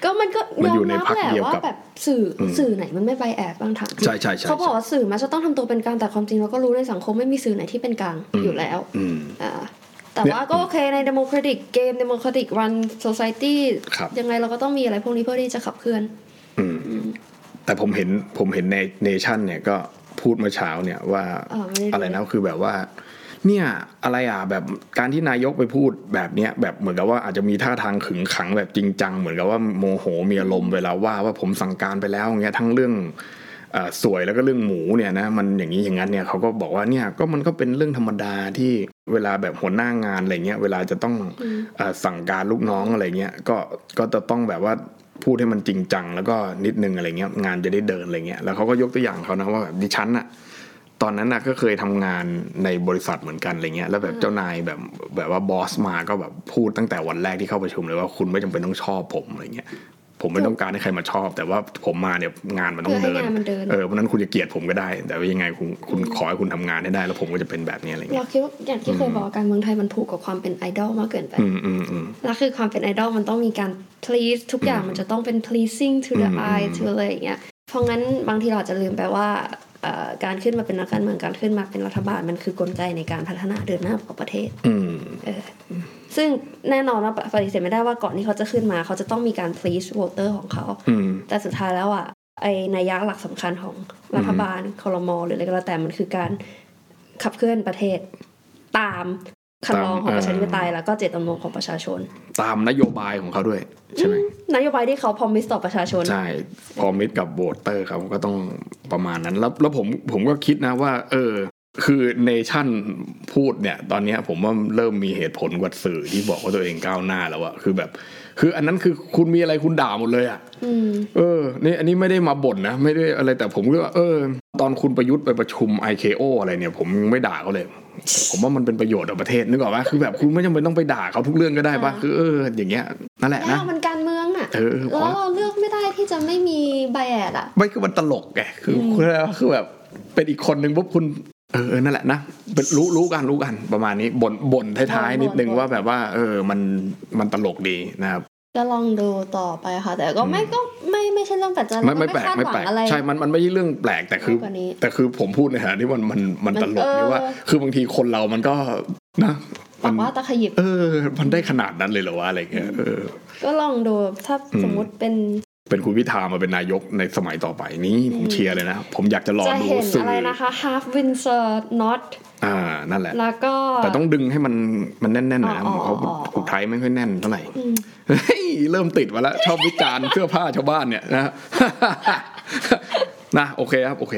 ก็มันก็
มันอยู่
ยอมรับ
ในพรรค
แหละ
เดียว
ว่า
กับ
แบบสื่ออ
ม
สื่อไหนมันไม่ไบแอบบ้างถามจริง
ใช่ใช่ใช่
เขาบอก
ใช่
ว่าสื่อมันจะต้องทำตัวเป็นกลางแต่ความจริงเราก็รู้ในสังคมไม่มีสื่อไหนที่เป็นกลาง
อืม
อยู่แล้ว
อืม
อ่าแต่
เนี่ย
ว่าก็โอเคใน democratic game democratic run society
ครับ
ยังไงเราก็ต้องมีอะไรพวกนี้เพื่อที่จะขับเคลื่อน
อืมแต่ผมเห็นผมเห็นในเนชั่นเนี่ยก็พูดเมื่อเช้าเนี่ยว่า
อ่าไม่ได้ดู
อะไรนะคือแบบว่า เนี่ยอะไรอ่ะแบบการที่นายกไปพูดแบบเนี้ยแบบเหมือนกับว่าอาจจะมีท่าทางขึงขังแบบจริงจัง เหมือนกับว่าโมโหมีอารมณ์เวลาว่าว่าผมสั่งการไปแล้วอย่างเงี้ยทั้งเรื่อง อ่าสวยแล้วก็เรื่องหมูเนี่ยนะมันอย่างนี้อย่างนั้นเนี่ยเขาก็บอกว่าเนี่ยก็มันก็เป็นเรื่องธรรมดาที่เวลาแบบหัวหน้างานอะไรเงี้ยเวลาจะต้อง
อืม
เอ่อสั่งการลูกน้องอะไรเงี้ยก็ก็จะต้องแบบว่าพูดให้มันจริงจังแล้วก็นิดนึงอะไรเงี้ยงานจะได้เดินอะไรเงี้ยแล้วเขาก็ยกตัวอย่างเขานะว่าแบบดิฉันอะตอนนั้นนะก็เคยทำงานในบริษัทเหมือนกันอะไรเงี้ยแล้วแบบเจ้านายแบบแบบว่าบอสมาก็แบบพูดตั้งแต่วันแรกที่เข้าประชุมเลยว่าคุณไม่จำเป็นต้องชอบผมอะไรเงี้ยผมไม่ต้องการให้ใครมาชอบ แต่ว่าผมมาเนี่ยงานมันต้อ
เพื่
ง
อ
เดิ
ให้
น
งานมันเดิน
เออเพราะฉะนั้นคุณจะเกลียดผมก็ได้ แต่ว่ายังไงคุณคุณขอให้คุณทำงานให้ได้ แล้วผมก็จะเป็นแบบนี้อะไร
เรา
เงี้ย
คิดว่าอย่างที่เคยบอกว่าการเมืองไทยมันผูกกับความเป็นไอดอลมากเกินไป
อืมอืมอืม
แล้วคือความเป็นไอดอลมันต้องมีการ please ทุกอย่างมันจะต้องเป็น pleasing to the
อืม
eye to อะไรอย่างเงี้ย เพราะงั้นบางทีเราอาจจะลืมไปว่าเอ่อการขึ้นมาเป็นนักการเมืองการขึ้นมาเป็นรัฐบาลมันคือกลไกในการพัฒนาเดินหน้าของประเทศ
อืม
ซึ่งแน่นอนว่าปฏิเสธไม่ได้ว่าก่อนที่เขาจะขึ้นมา เขาจะต้องมีการ please voter ของเขา
อืม
แต่สุดท้ายแล้วอ่ะไอนัยยะหลักสำคัญของรัฐบาลคอรมอหรืออะไรก็แล้วแต่มันคือการขับเคลื่อนประเทศตามคันลองของประชาธิปไตยแล้วก็เจตจำนงของประชาชน
ตามนโยบายของเขาด้วย ใช่ไหม
นโยบายที่เขาพอมิสต่อประชาชน
ใช่พอมิดกับโวตเตอร์เขาก็ต้องประมาณนั้น แล้วแล้วผมผมก็คิดนะว่า เออ คือเนชั่นพูดเนี่ย ตอนเนี้ยผมว่าเริ่มมีเหตุผลกว่าสื่อที่บอกว่าตัวเองก้าวหน้าแล้วอะคือแบบ คืออันนั้นคือคุณมีอะไรคุณด่าหมดเลยอะ
อืม
เออนี่อันนี้ไม่ได้มาบ่นนะ ไม่ได้อะไรแต่ผมก็ว่าเออ ตอนคุณประยุทธ์ไปประชุม IKO อะไรเนี่ย ผมยังไม่ด่าเขาเลย ผมว่ามันเป็นประโยชน์ต่อประเทศนึกออกปะคือแบบคุณไม่จำเป็นต้องไปด่าเขาทุกเรื่องก็ได้ปะ
อ่า
คือเอออย่างเงี้ยนั่นแหละ
แล้
นะ
วมันการเมืองอ่ะ
เออข
แล้
อ
วเราเลือกไม่ได้ที่จะไม่มีไบแอดอ่ะ
ไม่คือมันตลกไงคือคืออะไรวะคือแบบ เป็นอีกคนนึงปุ๊บคุณเออเออนั่นแหละนะเป็นรู้รู้กันรู้กันประมาณนี้บ่นบ่นท้ายๆ นิดนึง
บ่นบ่น
ว่าแบบว่า เออมันมันตลกดีนะครับ
ก็ลองดูต่อไปค่ะ แต่ก็ไม่ก็ไม่ไม่ใช่เรื่องแปลกใจ
ไม่
เรา
ไม่แปลก
คาด
ไม่
หวั
แปลก
งอะไร
ใช่ มันมันไม่ใช่เรื่องแปลกแต่คือ
มากกว่านี้
แต่คือผมพูดในฐานะที่มันมันมัน
มัน
ตลกนี่
เออ
ว่า คือบางทีคนเรามันก็นะ
ห
มั
วัน งว่าตะขยิบ
เออ มันได้ขนาดนั้นเลยเหรอวะอะไรเงี้ยเออ
ก็ลองดูถ้า
อืม
สมมุติเป็น
เป็นคุณพิธามาเป็นนายกในสมัยต่อไปนี้ผมเชียร์เลยนะ ผมอยากจะรอ
จะ
ดู
เห็น
สื่
อะไรนะคะ half Windsor not
อ่านั่นแหละ
แล้วก็
แต่ต้องดึงให้มันมันแน่นๆหน่อยนะ
อ๋อ
ผมเขา
อ๋ออ๋อ
ผูกไทยไม่ค่อยแน่นเท่าไหร่
อืม
เฮ้ยเริ่มติดมาแล้ว ชอบวิจารณ์เสื้อผ้าชาวบ้านเนี่ยนะ นะโอเคครับโอเค